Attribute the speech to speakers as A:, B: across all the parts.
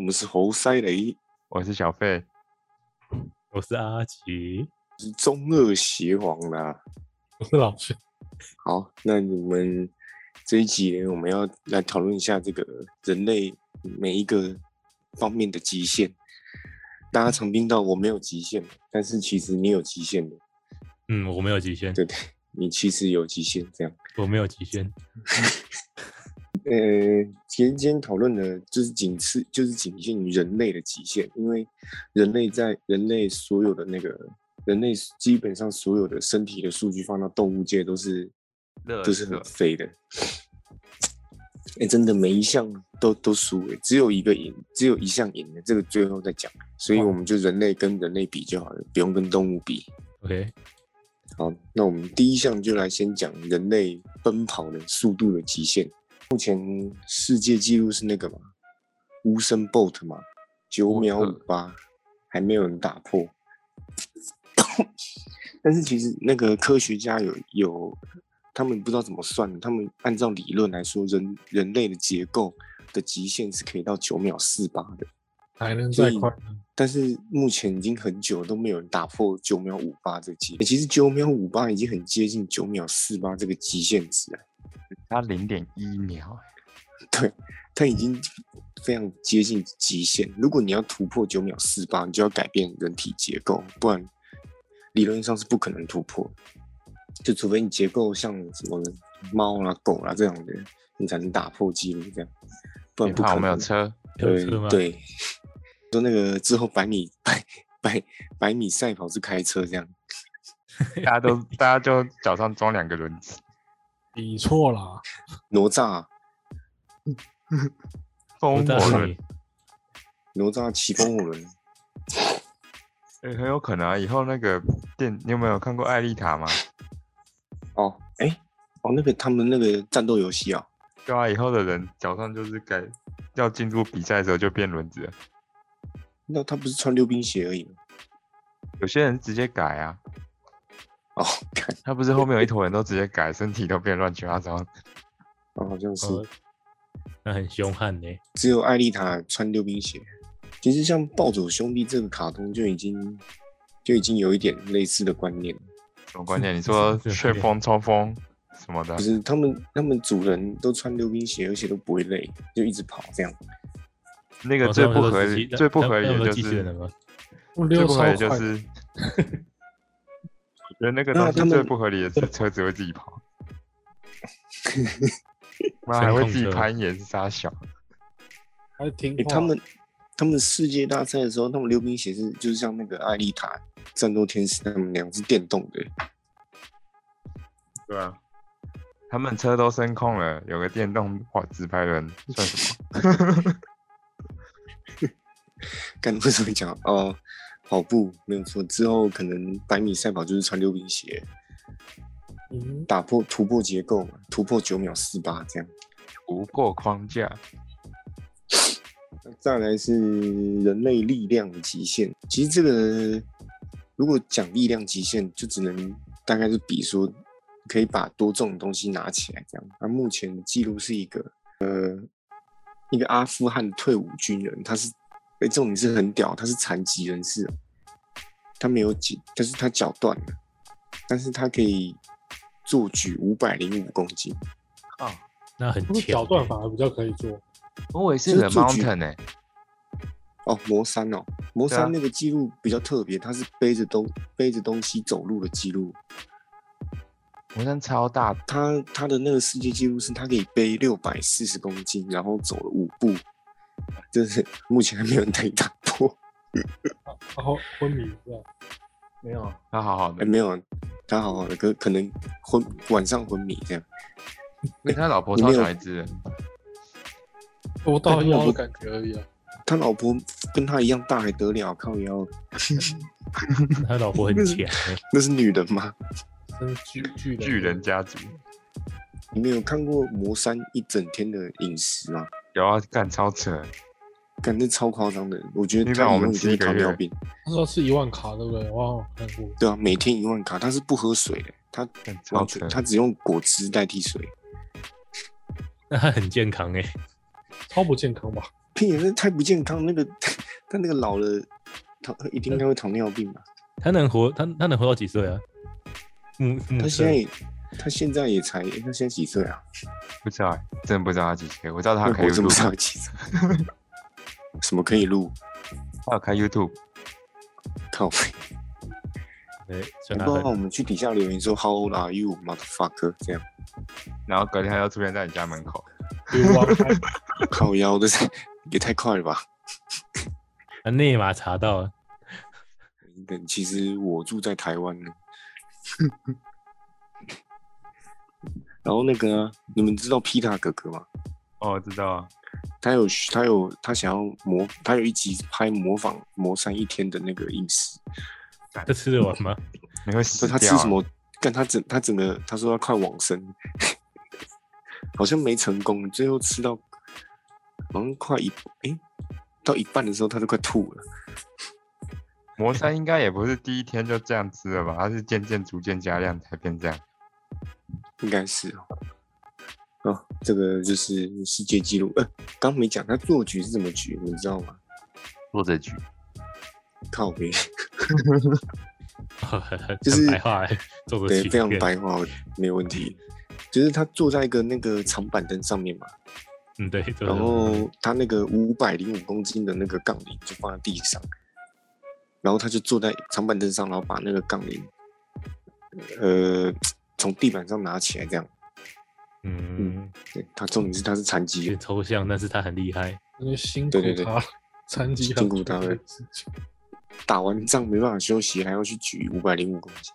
A: 们是猴塞雷，
B: 我是小费，
C: 我是阿吉，
A: 是中二邪皇啦。
C: 我是老师。
A: 好，那你们这一集呢我们要来讨论一下这个人类每一个方面的极限。大家常听到我没有极限，但是其实你有极限的，
C: 嗯，我没有极限，
A: 对对，你其实有极限。这样，
C: 我没有极限。
A: 呃，今天今天讨论的就是仅次，就是仅限于人类的极限，因为人类在人类所有的那个人类基本上所有的身体的数据放到动物界都是
B: 热
A: 都是
B: 热
A: 很废的。哎、真的每一项都都输哎、只有一个赢，只有一项赢的，这个最后再讲。所以我们就人类跟人类比就好了，不用跟动物比。
C: OK，
A: 好，那我们第一项就来先讲人类奔跑的速度的极限。目前世界纪录是那个嘛，乌森 Bolt 嘛，九秒五八，还没有人打破。 但是其实那个科学家有有，他们不知道怎么算的，他们按照理论来说，人人类的结构的极限是可以到九秒四八的。
C: 还能
A: 所以但是目前已经很久都没有人打破九秒五八这个极、欸其实九秒五八已经很接近九秒四八这个极限值了，
B: 差零点一秒，
A: 它已经非常接近极限。如果你要突破九秒四八，你就要改变人体结构，不然理论上是不可能突破的。就除非你结构像什么猫啦、狗啦这样的，你才能打破记录这样，不然
B: 你
A: 不
B: 欸怕
A: 可
B: 我没有
A: 能。
B: 车？
C: 有
A: 对
C: 车吗？，
A: 对， 说那个之后百米百百百米赛跑是开车这样。
B: 大家都大家就脚上装两个轮子，
D: 你错
C: 啊
D: 了，
A: 哪吒，啊
C: 我
B: 风
C: 告
B: 火
C: 诉
B: 轮
C: 你，
A: 哪吒骑风火轮，
B: 欸很有可能啊。以后那个电，你有没有看过《艾丽塔》吗？
A: 哦，哎、哦，那个他们那个战斗游戏啊，
B: 对啊，以后的人脚上就是改，要进入比赛的时候就变轮子了，
A: 那他不是穿溜冰鞋而已吗？
B: 有些人直接改啊。
A: 哦，看，
B: 他不是后面有一坨人都直接改，身体都变乱七八糟。
A: 哦，好像是，
C: 呃那很凶悍呢、
A: 只有艾丽塔穿溜冰鞋。其实像《暴走兄弟》这个卡通就已经就已经有一点类似的观念了，
B: 什么观念？你说
C: 对
B: 旋风、冲锋什么的
A: 就？是他们他们主人都穿溜冰鞋，而且都不会累，就一直跑这样。
B: 那个
C: 哦
B: 最
C: 他们
B: 不
C: 都
B: 合
C: 是
B: 理、
C: 机
B: 最不
C: 他
B: 合理
C: 他们
B: 的
C: 都
B: 就是
C: 机器人了
B: 是
C: 吗？
D: 我
B: 最
D: 溜
B: 不
D: 超
B: 合理的
D: 快
B: 就
D: 的，
B: 是，我觉得那个
A: 对啊
B: 东西
A: 他们
B: 最不合理的是车子会自己跑， 妈还
C: 声
B: 会
C: 控
B: 自己
C: 车
B: 攀岩杀小，
D: 还挺
A: 欸
D: 好。
A: 他们他们世界大赛的时候，他们溜冰鞋是就是像那个艾丽塔、战斗天使他们俩是电动的、
B: 对啊。他们车都升空了，有个电动滑直排轮算什么？
A: 干为什么讲哦？ 跑步没有错，之后可能百米赛跑就是穿溜冰鞋，
D: 嗯，
A: 打破突破结构嘛，突破九秒四八这样。
B: 突破框架，
A: 再来是人类力量的极限，其实这个如果讲力量极限，就只能大概是比说可以把多重的东西拿起来这样。那目前的记录是一个呃一个阿富汗退伍军人，他是哎、这种是很屌，他是残疾人士哦，他没有脚，但是他脚断了，但是他可以做举五百零五公斤。
C: 那很
D: 不过
C: 强、
D: 脚
C: 欸。
D: 断反而比较可以做。
B: 啊我也是
A: 就是
B: The
A: 做局
B: Mountain 哎、
A: 哦，魔山哦，魔
B: 对啊
A: 山那个记录比较特别，他是背着东背着东西走路的记录。
B: 我像超大，
A: 他他的那个世界纪录是他可以背六百四十公斤，然后走了五步，真是目前还没有人可以打破。
D: 然后昏迷这样，
B: 没有，啊他好好
A: 哎，
B: 的，
A: 没有，他好好的，可可能昏晚上昏迷这样。
B: 欸他老婆
A: 你
B: 超
A: 没有
B: 小一只的，
D: 我到
A: 但是我
D: 腰
A: 不
D: 的感觉而已啊。
A: 他老婆跟他一样大还得了？靠腰，
C: 他老婆很强、欸，
A: 那是女人吗？
D: 真是巨巨
B: 巨人家族。
A: 你没有看过魔山一整天的饮食吗？
B: 有啊，干超扯，
A: 感觉超夸张的，我觉得
B: 你
A: 他
B: 让我
A: 以后
B: 们
A: 一
B: 吃
A: 定会
B: 一个
A: 糖尿
B: 月
A: 病。
D: 他说是一万卡，对不对？我好像有看过。
A: 对啊，每天一万卡，他是不喝水的，他
B: 干超
A: 完
B: 扯
A: 全。他只用果汁代替水。
C: 那他很健康哎、
D: 超不健康吧？
A: 屁，那太不健康。那个他那个老了，糖一定他会糖尿病吧？
C: 他能活，他他能活到几岁啊？母母
B: 嗯
A: 他现
C: 车
A: 在也他现在也才，诶他现在几岁啊？
B: 不知道欸，真的不知道他几岁。我知道他有开
A: 我怎么
B: YouTube，
A: 知道几岁？什么可以录？
B: 他有开 YouTube，
A: 靠背！
C: 对，
A: 不
C: 算他
A: 然
C: 很
A: 我们去底下留言说 How old are you, motherfucker？这样
B: 然后隔天他就出现在你家门口。
D: 流亡汉
A: 靠腰的是也太快了吧？
C: 他内码查到了，
A: 等其实我住在台湾呢。 然后那个啊、你们知道皮塔哥哥吗？
B: 哦，我知道啊，
A: 他有他有他想要模，他有一集拍模仿魔山一天的那个饮食，
C: 这吃得完吗？
B: 你会死
A: 说
B: 掉啊。
A: 他吃什么？干他整他整个他说他快往生， 好像没成功，最后吃到好像快一诶、到一半的时候他都快吐了。
B: 魔山应该也不是第一天就这样吃了吧？他是渐渐逐渐加量才变这样。
A: 应该是哦。哦，这个就是世界纪录。呃，刚没讲他做局是怎么局，你们知道吗？
B: 作者局
A: 靠背，
C: 哦很
A: 就是
C: 很白话欸，做个
A: 对，
C: 起
A: 非常
C: 点，
A: 白话，没有问题。就是他坐在一个那个长板凳上面嘛，
C: 嗯，对，做
A: 然
C: 得
A: 后他那个五百零五公斤的那个杠铃就放在地上，然后他就坐在长板凳上，然后把那个杠铃，呃，从地板上拿起来，这样。
C: 嗯，
A: 对他重点是他是残疾
C: 有
A: 人
C: 点，抽象，但是他很厉害，
D: 那就辛苦
A: 对对对
D: 他了，残疾他
A: 辛苦他
D: 做这
A: 了
D: 件事情
A: 打完仗没办法休息，还要去举五百零五公斤。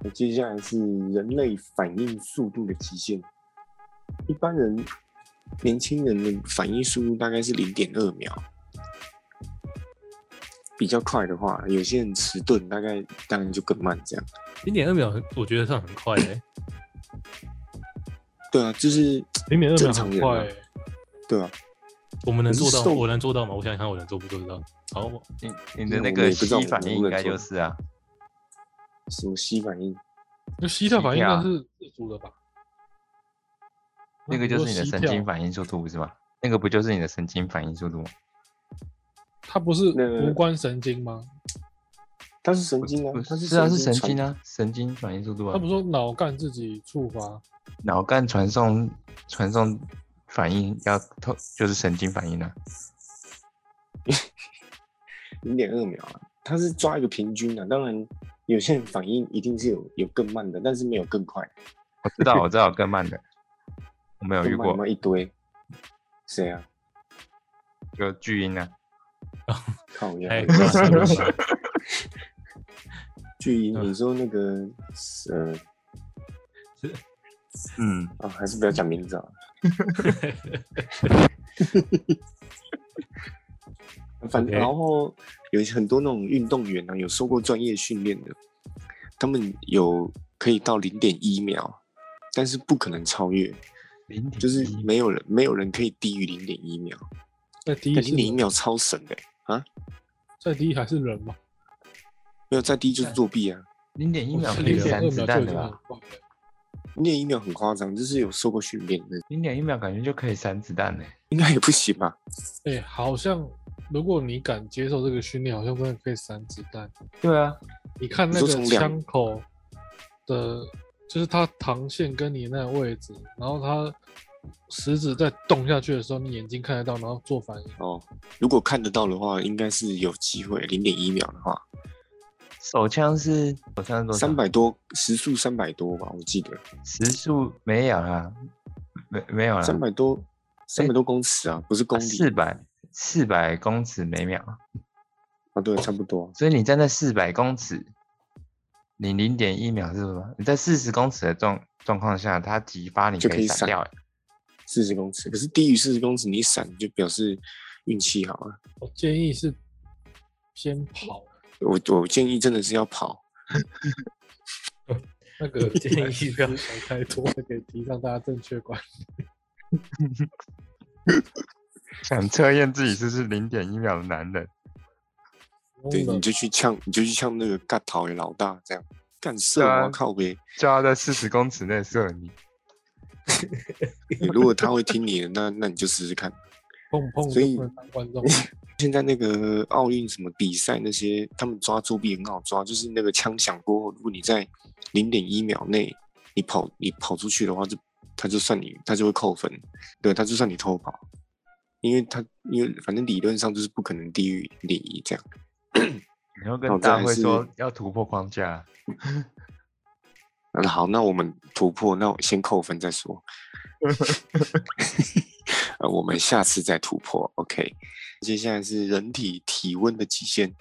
A: 那接下来是人类反应速度的极限，一般人年轻人的反应速度大概是零点二秒，比较快的话，有些人迟钝大概当然就更慢这样。
C: 零点二秒，我觉得算很快嘞，
A: 对啊，就是
D: 零点二秒
A: 正常
D: 很
A: 人
D: 快
A: 啊
D: 欸，
A: 对啊，
C: 我们能
A: 可是
C: 做到，
A: 瘦
C: 我能做到吗？我想想看，我能做不做得到？好，我
B: 你你的
A: 嗯
B: 那
A: 我
B: 个
A: 也不知道
B: 吸反
A: 我
B: 应
A: 能不能
B: 应该
A: 做
B: 就 是啊，
A: 什么吸反应，
D: 那膝跳反应
B: 膝
D: 应
B: 跳
D: 该
B: 啊
D: 是自主的吧？
B: 那个就是你的神经
D: 应，
B: 反应速度不是吗？那个不就是你的神经反应速度吗？
D: 它不是
A: 那个
D: 无关神经吗？
A: 它是神经啊
B: 不，
A: 它
B: 是啊，是神
A: 传
B: 经啊，神经反应速度
D: 他
B: 啊
D: 不，是说脑干自己触发，
B: 脑干传送传送反应要透就是神经反应啊，
A: 零点二秒啊，他是抓一个平均的、当然，有些人反应一定是有有更慢的，但是没有更快的。
B: 我知道我知道更慢的，我没有
A: 更
B: 遇
A: 慢
B: 过
A: 吗？一堆，谁啊？
B: 就巨婴啊，
A: 靠我
C: 哎，
A: 巨 婴，
C: 嗯
A: 你说那个呃
B: 嗯，
A: 啊，还是不要讲名字啊。 反
C: OK
A: 然后有很多那种运动员啊，有受过专业训练的，他们有可以到零点一秒，但是不可能超越。
B: 零点
A: 就是
B: 一
A: 没有人没有人可以低于零点一秒，
D: 在第一
A: 零
D: 是
A: 点一秒超神的欸、
D: 在第一还是人嘛？
A: 没有再低就是作弊啊！
B: 零点一
D: 我
B: 秒
D: 是
B: 可
D: 零
B: 以
C: 0.2
D: 点
B: 闪
D: 二
B: 子
D: 秒
B: 弹
D: 就已
B: 的
D: 经很
B: 吧？
D: 快了。
A: 零点一秒很夸张，就是有受过训练的，
B: 零点一秒感觉就可以闪子弹呢、
A: 应该也不行吧？
D: 哎、好像如果你敢接受这个训练，好像真的可以散子弹。
B: 对啊，
D: 你看那
A: 你
D: 个
A: 说从两
D: 枪口的，就是它膛线跟你那个位置，然后它食指在动下去的时候，你眼睛看得到，然后做反应。
A: 哦，如果看得到的话，应该是有机会。零点一秒的话，
B: 手枪是手枪是多少？
A: 三百多时速三百多吧，我记得
B: 时速没有啦，没没有啦，啊
A: 三百多三百多公尺啊，不是公里
B: 四百四百公尺每秒，
A: 啊，对，差不多。
B: 所以你站在四百公尺，你零点一秒是什么？你在四十公尺的状状况下，它急发你
A: 就可以
B: 闪
A: 闪
B: 掉、欸，
A: 四十公尺，可是低于四十公尺，你闪就表示运气好啊。
D: 我建议是先跑
A: 我我建议真的是要跑，
D: 那个
C: 建议不要
D: 想太多，给提倡大家正确观
B: 想测验自己是不是零点一秒的男人。
A: 对，
D: 念。
A: 你就去呛，你就去呛那个干桃的老大这样干射我
B: 对
A: 啊
B: 啊
A: 靠呗。
B: 就要在四十公尺内射你，
A: 对如果他会听你的，那那你就试试看。
D: 碰碰
A: 所
D: 就
A: 以
D: 不能当观众。
A: 现在那个奥运什么比赛那些，他们抓作弊很好哦抓，就是那个枪响过后，如果你在零点一秒内你跑你跑出去的话，就他就算你他就会扣分，对，他就算你偷跑，因为他因为反正理论上就是不可能低于零点一这样。
B: 你要
A: 好
B: 跟
A: 再
B: 大
A: 来
B: 会
A: 哦是
B: 说要突破框架，
A: 嗯，好，那我们突破，那我先扣分再说。呃，我们下次再突破，OK。接下来是人体体温的极限，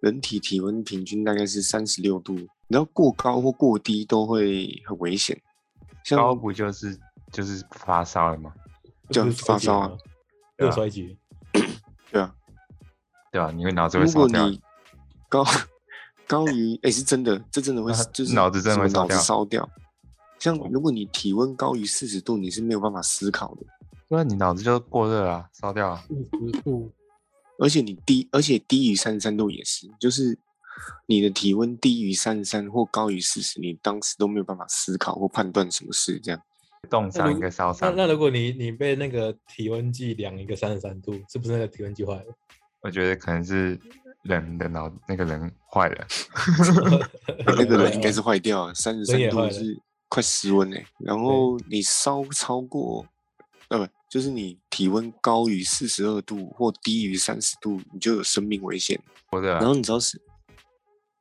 A: 人体体温平均大概是三十六度，你要过高或过低都会很危险。像
B: 高不就是就是发烧了吗？
A: 就
C: 不是
A: 发
C: 衰竭
A: 烧啊
C: 吗，
B: 对
C: 又
B: 啊
C: 衰竭，
A: 对啊，
B: 对吧、你会脑子会
A: 如
B: 烧
A: 果
B: 掉，
A: 你高高于，哎、是真的，这真的会
B: 啊
A: 就是
B: 脑子真的
A: 什么脑子
B: 会烧掉
A: 烧掉。像如果你体温高于四十度，你是没有办法思考的。
B: 不啊然你脑子就过热了、烧掉了。
D: 四十度，
A: 而且你低，而且低于三十三度也是，就是你的体温低于三十三或高于四十，你当时都没有办法思考或判断什么事。这样，
B: 冻伤一个烧
C: 那
B: 伤，
C: 那如果你你被那个体温计量一个三十三度，是不是那个体温计坏了？
B: 我觉得可能是人的脑那个人坏了，
A: 那个人应该是坏掉了，三十
C: 人
A: 三
C: 也坏
A: 度
C: 了
A: 是快失温哎、然后你烧超过，呃，不，就是你体温高于四十二度或低于三十度，你就有生命危险。
C: 哦
B: 过热
A: 然
B: 啊
A: 后你知道是，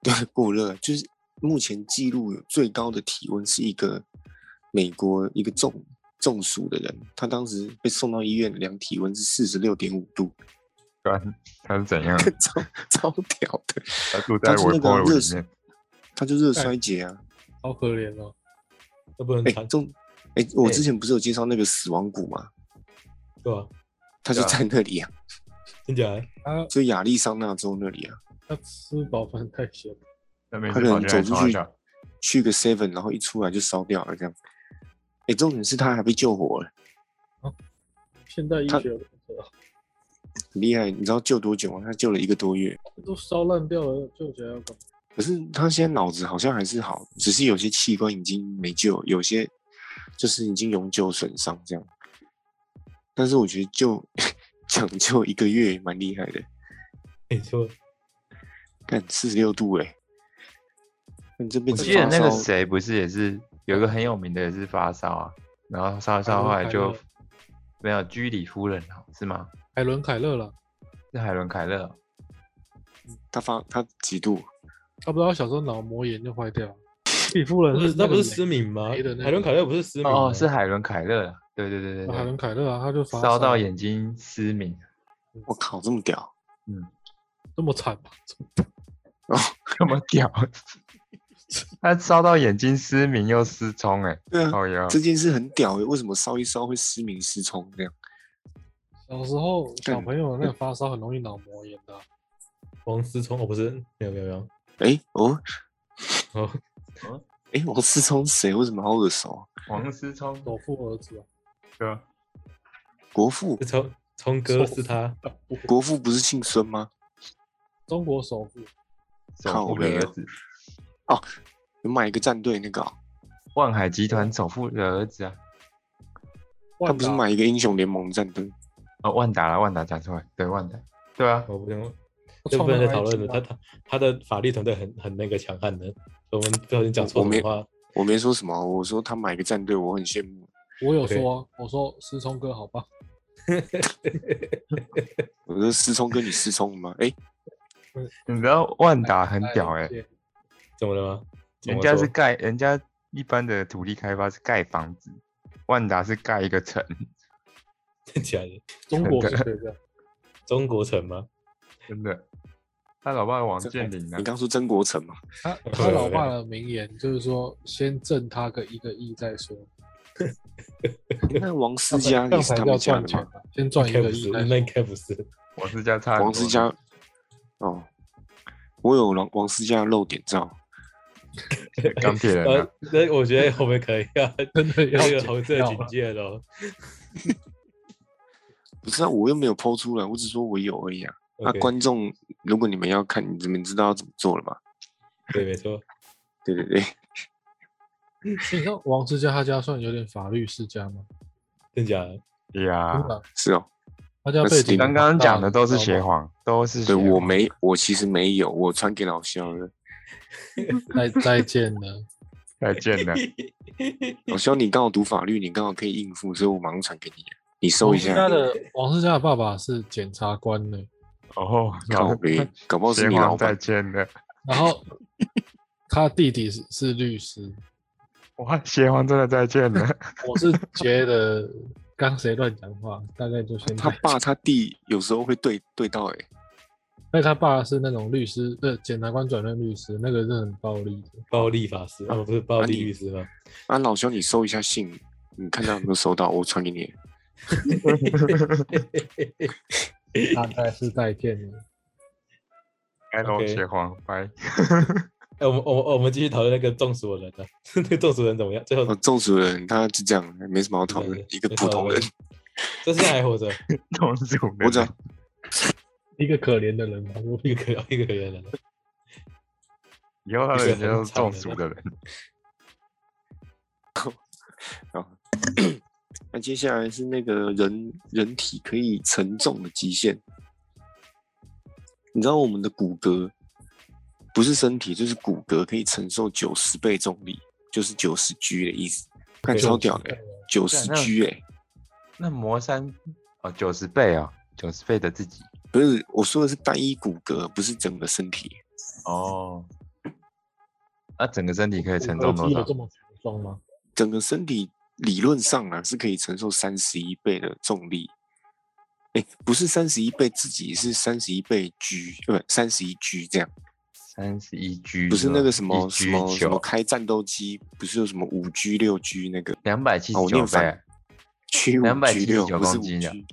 A: 对，过热，就是目前记录有最高的体温是一个美国一个中中暑的人，他当时被送到医院量体温是四十六点五度，
B: 不然他是怎样？
A: 超超屌的，
B: 他住在
A: 他是
B: 微
A: 那
B: 波
A: 个
B: 炉
A: 热
B: 里
A: 衰
B: 面，，
A: 他就热衰竭啊，
D: 好可怜哦。
C: 那不能
A: 哎、
C: 传，
A: 中，哎、我之
C: 哎
A: 前不是有介绍那个死亡谷嘛，
C: 对吧？
A: 他就
B: 对啊
A: 在那里啊，
C: 真假的？
D: 他
A: 就亚利桑那州那里啊，
D: 他吃饱饭太闲了，
B: 那边
A: 他
B: 就
A: 可
B: 跑
A: 能
B: 进
A: 走
B: 来
A: 出
B: 冲
A: 去
B: 一下，
A: 去个 seven，然后一出来就烧掉了这样，哎、重点是他还被救活了。
D: 现代医
A: 他
D: 学不知道
A: 很厉害，你知道救多久吗？他救了一个多月，
D: 都烧烂掉了，救起来要干嘛？
A: 可是他现在脑子好像还是好，只是有些器官已经没救，有些就是已经永久损伤这样。但是我觉得救 抢救一个月也蛮厉害的，
C: 没错，
A: 看四十六度哎、那你这
B: 我
A: 辈子
B: 记得
A: 发
B: 那个
A: 烧
B: 谁不是也是有一个很有名的也是发烧啊，然后烧一烧
D: 海伦
B: 后来就
D: 凯勒
B: 没有居里夫人哦是吗？
D: 海伦凯勒了，
B: 是海伦凯勒哦，
A: 他发他几度？
D: 他不知道小时候脑膜炎就坏掉了。皮肤人
C: 不是那不是
D: 失
C: 失
D: 明，
C: 明吗？
D: 没的那个
C: 海伦凯勒不是失明吗
B: 哦是海伦凯勒啊，对对
A: 哦
B: 对对
D: 海
B: 对
D: 伦，凯勒啊，他就发
B: 烧到眼睛失明，
A: 我靠，这么屌！
D: 这么惨吧？
B: 这么 屌，他烧到眼睛失明又失聪哎，
A: 对啊，
B: 哦哟，
A: 这件事很屌哎、为什么烧一烧会失明失聪这样？
D: 小时候小
A: 干
D: 朋友那个发烧很容易脑膜炎的啊，
C: 王思聪哦，不是，没有没有没有，
A: 哎、哦，
C: 哦，
A: 哎、王思聪谁？为什么好耳熟啊？
B: 王思聪
D: 首富儿子啊，
B: 对啊，
A: 国父
C: 是聪聪哥是他，
A: 国父不是姓孙吗？
D: 啊中国首富，
B: 首富的
A: 靠北
B: 儿
A: 哦
B: 子，
A: 有买一个战队那个哦、
B: 万海集团首富的儿子啊，
A: 他不是
D: 万达
A: 买一个英雄联盟战队？
B: 哦万达啦，万达讲错了，对万达，对啊，
C: 我不用，
D: 他
C: 这
D: 创
C: 不能
D: 那
C: 再讨
D: 个 IG
C: 论了。
D: 吗
C: 他他他的法律团队很很那个强悍的，我们不小心讲错
A: 我
C: 什
A: 没
C: 么话，
A: 我没说什么，啊我说他买一个战队，我很羡慕。
D: 我有说啊，我说思聪哥好吧，
A: 我说思聪跟你失聪了吗？哎、
B: 你知道万达很屌哎、
D: 哎
C: 怎么了吗？怎
B: 人
C: 么
B: 家
C: 说
B: 是盖，人家一般的土地开发是盖房子，万达是盖一 个城，
C: 真 假的，
D: 中国是谁的？
C: 中国城吗？
B: 真的。他老爸王
A: 这
B: 健林啊
A: 你，刚说曾国成嘛？
D: 他他老爸的名言就是说，先挣他个一个亿再说，
A: 那王思佳
D: 这
A: 也
D: 样
A: 是
D: 才
A: 他
D: 叫
A: 们家
D: 赚
A: 的
D: 钱
A: 吗？
D: 啊，先赚一
C: 应该
D: 个
C: 不
D: 亿
C: 是，
D: 再
C: 那应
D: 说。
C: 该不是，
B: 王思佳差很多
A: 王思佳，哦，我有王王思佳的露点照，
B: 钢铁人啊
C: 呃，那我觉得我们可能 要
D: 真的要
C: 要有
D: 剪
C: 红色
D: 掉
C: 警
D: 了
C: 戒咯。
A: 不是啊，我又没有剖出来，我只说我有而已啊。那、
C: OK，
A: 观众，如果你们要看，你们知道要怎么做了吧？
C: 对，没错，
A: 对对对，
D: 你知道王思佳他家算有点法律世家吗？
C: 真假的？
A: 哎
B: 对啊，
D: 真的啊
A: 是哦，
D: 他就要
A: 那
D: 被
A: 是
D: 警
B: 刚
D: 察
B: 刚
D: 打
B: 讲的都是
D: 你知道
B: 邪
D: 吗
B: 皇，都是邪
A: 对我
B: 皇。
A: 没，我其实没有，我传给老肖了。
D: 再再见 了，
B: 再见了，
A: 老肖，你刚好读法律，你刚好可以应付，所以我马上传给你，你收
D: 王
A: 一
D: 世佳
A: 下。
D: 的王世佳的爸爸是检察官呢，
B: 哦，
A: 靠
B: 搞
A: 北，搞不好是
B: 邪
A: 你老
B: 皇再
A: 板。
B: 见了，
D: 然后他弟弟是是律师。
B: 哇，邪皇真的再见 了，
D: 我是觉得刚谁乱讲话，大概就先
A: 他
D: 他，
A: 爸他弟有时候会对对到哎、
D: 但他爸是那种律师，对检察官转任律师，那个是很暴力的。
C: 暴力法师，哦，不是暴
A: 啊你
C: 力律师吗？
A: 啊，老肖，你收一下信，你看他有没有收到，我传给你。
D: 大概是再见了。
B: 该喽
C: OK
B: 邪皇，拜。
C: 哎、我们我们我们继续讨论那个中暑的人啊， 那个中暑的人怎么样？最后
A: 哦，咒主人他就这样，没什么好讨论，一个普通人。，
C: 这现在还活着，
B: 同是我
A: 我讲，
D: 一个可怜的人吧，我
C: 一个可一个 可怜人了。
B: 以后他
C: 一个
B: 们就
C: 很
B: 是中
C: 惨的
B: 暑
C: 人
B: 的人，
A: 那接下来是那个人人体可以承重的极限。你知道我们的骨骼不是身体，就是骨骼可以承受九十倍重力，就是九十 G 的意思。看超屌的、九十
B: 干那
A: G 哎、
B: 那魔山哦，九十倍哦，九十倍的自己
A: 不是我说的是单一骨骼，不是整个身体。
B: 哦。那整个身体可以承
D: 我
B: 重多
D: 肌有
B: 少
D: 这？么强壮吗？
A: 整个身体理论上啊是可以承受三十一倍的重力，哎、不是三十一倍自己，是三十一倍 G，呃不三十一 G 这样，
B: 三十一 G，
A: 不是那个什么
B: 一
A: 什么
B: G
A: 什么
B: 九
A: 开战斗机，不是有什么五 G 六 G 那个
B: 两百七
A: 哦
B: 十
A: 我
B: 九
A: 念
B: 倍啊
A: 反，G 五 G 六
B: 279
A: 不是
B: 公
A: 五
B: 斤啊
A: G，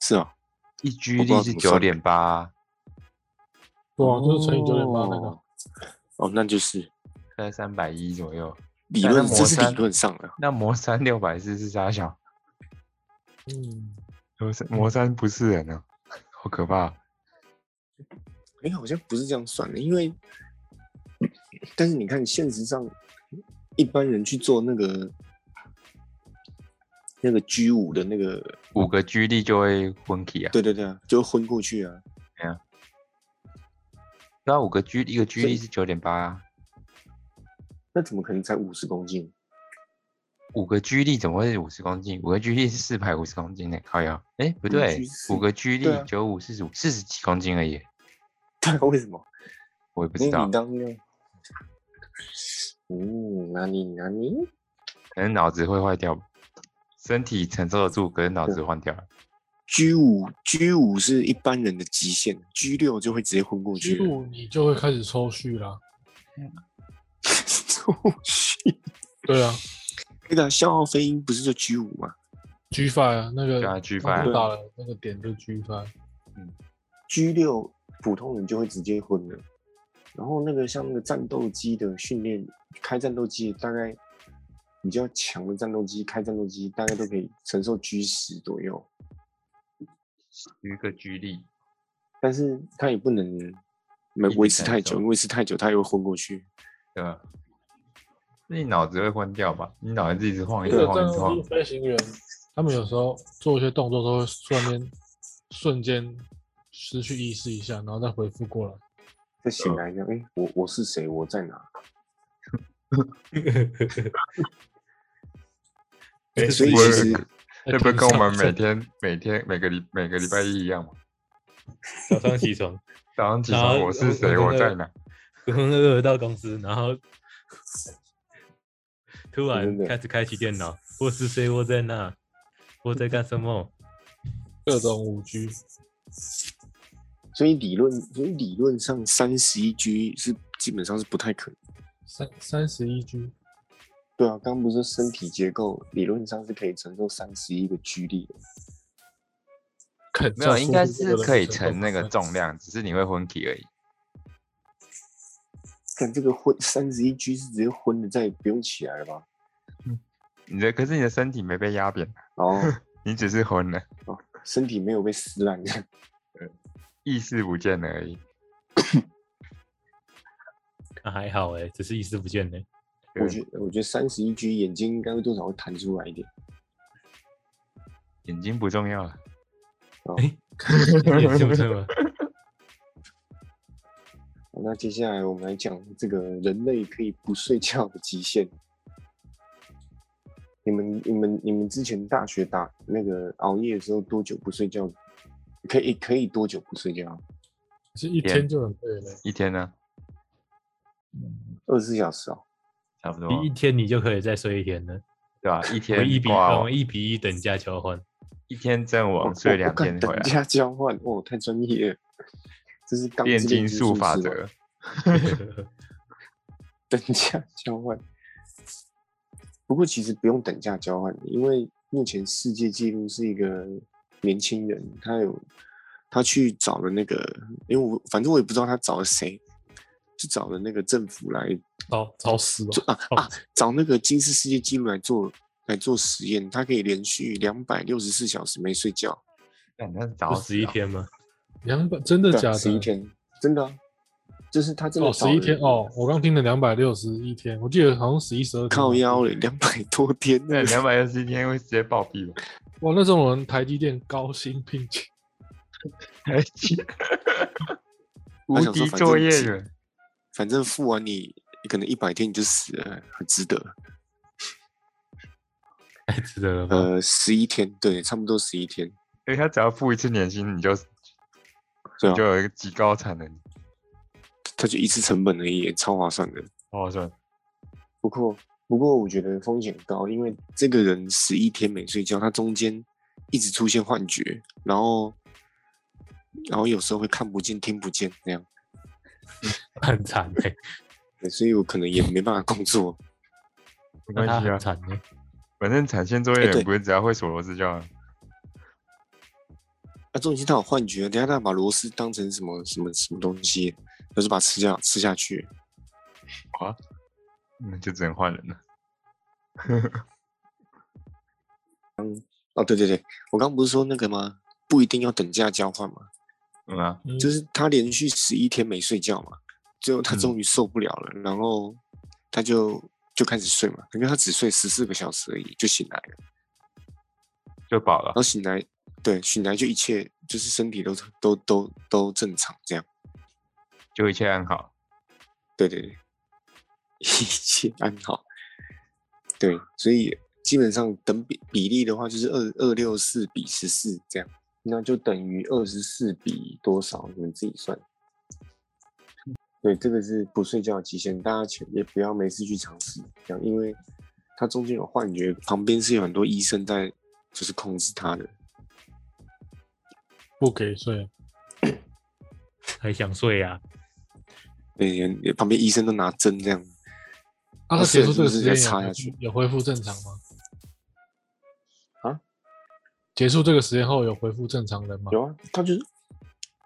A: 是啊，
B: 一
A: 我
B: G
A: 不知道
B: 力是
A: 怎么算
B: 九点八，
D: 对啊，就是乘以九点八那个
A: 哦。哦，那就是
B: 在三百一左右。
A: 理
B: 那那
A: 论，
B: 魔
A: 这是理
B: 山
A: 论上的，
B: 那魔山六百四是啥小？
D: 嗯，
B: 魔山魔山不是人啊，好可怕！
A: 哎、好像不是这样算的，因为，但是你看，现实上一般人去做那个那个 G 五的那个，
B: 五个 G 力就会昏 K 啊，
A: 对对对啊，就昏过去啊。
B: 对啊，五个 G 一个 G
A: 所以
B: 力是九点八，啊
A: 那怎么可能才五十公斤？
B: 五个 G 力怎么会五十公斤？五个 G 力是四百五十公斤呢、靠腰。哎、不对
A: G，是
B: 五个 G
A: 对
B: 力
A: 啊
B: 九五四十五四十几公斤而已，
A: 对啊，为什么？
B: 我也不
A: 因
B: 知
A: 为
B: 道
A: 你，当那，嗯，哪里哪里？
B: 可能脑子会坏掉吧，身体承受得住，可是脑子换掉了。
A: G 五 G 五是一般人的极限，G 六就会直接昏过去
D: 虚
A: 了。
D: 度你就会开始抽蓄啦。
A: 抽血
D: 对啊
A: 那个消耗飞鹰不是就 G 五吗
D: ，G five 啊，那个
B: 对啊，G5 啊
D: 那个打了那个点就 G five，
A: G 六普通人就会直接昏了。然后那个像那个战斗机的训练，开战斗机大概比较强的战斗机，开战斗机大概都可以承受 G 十左右，
B: 一个 G 力，
A: 但是它也不能没
B: 一直
A: 维持
B: 承
A: 太久，
B: 受
A: 因为维持太久它又会昏过去。
B: 对吧？那你脑子会换掉吧？你脑子一直晃，一
D: 那
A: 啊
B: 直
D: 个
B: 晃，
D: 战
B: 一直晃
D: 斗机。飞行员，他们有时候做一些动作都会瞬间瞬间失去意识一下，然后再恢复过来。
A: 再醒来一下，哎、我我是谁？我在哪？
C: 哎
A: 所以其
B: 不 会
A: 实
D: 呃
B: 那不是跟我们每
D: 哎
C: 每
B: 天、每天、每个礼、每个礼拜一一样吗？
C: 早上起床，
B: 早上起
C: 然
B: 床
C: 后
B: 我是谁，
C: 我
B: 我
C: 真的
B: 在哪？
C: 浑浑噩噩到公司，然后突然
A: 真的
C: 开始开启电脑，我是谁？我在哪？我在干什么？
D: 各种五 G，
A: 所以理论，所以理论上三十一 G 是基本上是不太可能。
D: 三三十一 G，
A: 对啊，刚不是说身体结构理论上是可以承受三十一个 G 力的。
D: 肯
B: 没有，应该是可以
D: 乘
B: 乘那 个重量，只是你会昏 K 而已。
A: 看这个昏三十一 G 是直接昏的，再也不用起来了吧？
B: 你的可是你的身体没被压扁，啊
A: 然后
B: 你只是昏了，
A: 身体没有被撕烂，
B: 意识不见了而已。
C: 啊、还好哎、只是意识不见呢、
A: 我
B: 对
A: 觉得我觉得三十一 G 眼睛应该会多少会弹出来一点。
B: 眼睛不重要了，
C: 也是不是吗？
A: 那接下来我们来讲这个人类可以不睡觉的极限。你们、你们、你们之前大学打那个熬夜的时候多久不睡觉？可以可以多久不睡觉？
D: 其实一
B: 天
D: 天就很 累了。
B: 一天呢，
A: 二十四小时哦、
B: 差不多
C: 一一天你就可以再睡一天了，
B: 对吧？一
C: 我
B: 天哦
C: 们一比呃
B: 挂
C: 我
B: 网
C: 们一比一等价交换，
B: 一天阵
A: 我
B: 网哦睡
A: 我
B: 两
A: 敢
B: 天回
A: 等
B: 来，
A: 价交换，哦，太专业了，这是钢
B: 炼
A: 之
B: 金
A: 术
B: 术法
A: 士吗
B: 则，
A: 等价 交换。不过其实不用等价交换，因为目前世界纪录是一个年轻人，他有他去找了那个，因为我反正我也不知道他找了谁，就找了那个政府来
C: 超超死
A: 做
C: 哦！
A: 啊
C: 哦
A: 啊，找那个吉尼斯世界纪录来做来做实验，他可以连续两百六十四小时没睡觉，
B: 干那是啊早
C: 不十一，天吗？
D: 两百真的假的？
A: 啊十一天，真的、啊，就是他真的
D: 哦，
A: 找
D: 十一
A: 了
D: 天哦，我刚听了两百六十一天，我记得好像十一十二。
A: 靠腰嘞，两百多天那
B: 那
A: 个
B: 两百六十一天会直接暴毙吧？
D: 哇，那种人台积电高薪聘请，
B: 还行无
A: 他想说
B: 敌
A: 反
B: 作
A: 正
B: 业
A: 几
B: 人，
A: 反正付完你可能一百天你就死了，很值得。
C: 太值得了吧！
A: 呃，十一天，对，差不多十一天，
B: 因为哎他只要付一次年薪，你就
A: 对
B: 你就
A: 啊，
B: 有一个极高产能，
A: 他就一次成本而已，超划算的。
B: 好划哦算。
A: 不过，不过我觉得风险高，因为这个人十一天没睡觉，他中间一直出现幻觉，然后，然后有时候会看不见、听不见那样，
C: 很惨哎，
A: 对所以我可能也没办法工作。
B: 没关
C: 那他
B: 系啊
C: 很，惨哎。
B: 反正产线作业
A: 哎
B: 人
A: 对
B: 不是只要会锁螺丝就好了。
A: 啊，重点是他有幻觉，等一下他把螺丝当成什么什么什么东西，就是把它吃下吃下去。
B: 那就只能换人了。
A: 哦，对对对，我刚不是说那个吗？不一定要等价交换嘛，
B: 嗯啊，
C: 嗯
A: 就是他连续十一天没睡觉嘛，最后他
B: 嗯
A: 终于受不了了，然后他就就开始睡嘛，因为他只睡十四个小时而已就醒来了，
B: 就饱了
A: 然。后醒来，对，醒来就一切就是身体都都都都正常这样，
B: 就一切安好。
A: 对对 对，一切安好，对，所以基本上等比比例的话就是二二六四比十四这样，那就等于二十四比多少，你们自己算。对，这个是不睡觉的极限，大家请也不要没事去尝试，这样，因为它中间有幻觉，旁边是有很多医生在就是控制他的。
D: 不给啊睡，
C: 还想睡啊？
A: 对，旁边医生都拿针这样，哦
D: 啊，他结
A: 是
D: 束这个
A: 是
D: 时
A: 要
D: 间
A: 插
D: 有
A: 下去
D: 有恢复正常吗？
A: 啊？
D: 结束这个时间后有恢复正常人吗？
A: 有啊，他就是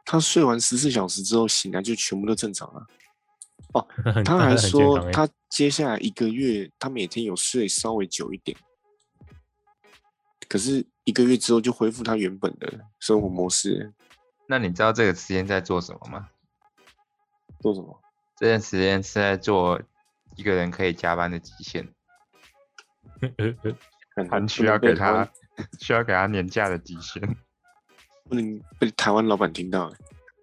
A: 他睡完十四小时之后醒来就全部都正常了、啊
C: 很
A: 他还
C: 很健
A: 说
C: 康欸
A: 他接下来一个月，他每天有睡稍微久一点，可是一个月之后就恢复他原本的生活模式。
B: 那你知道这个实验在做什么吗？
A: 做什么？
B: 这件实验是在做一个人可以加班的极限，
C: 欸
A: 感觉
B: 还需
A: 嗯不能
B: 要给
A: 被台湾
B: 他 需要给他年假的极限。
A: 不能被台湾老板听到， 欸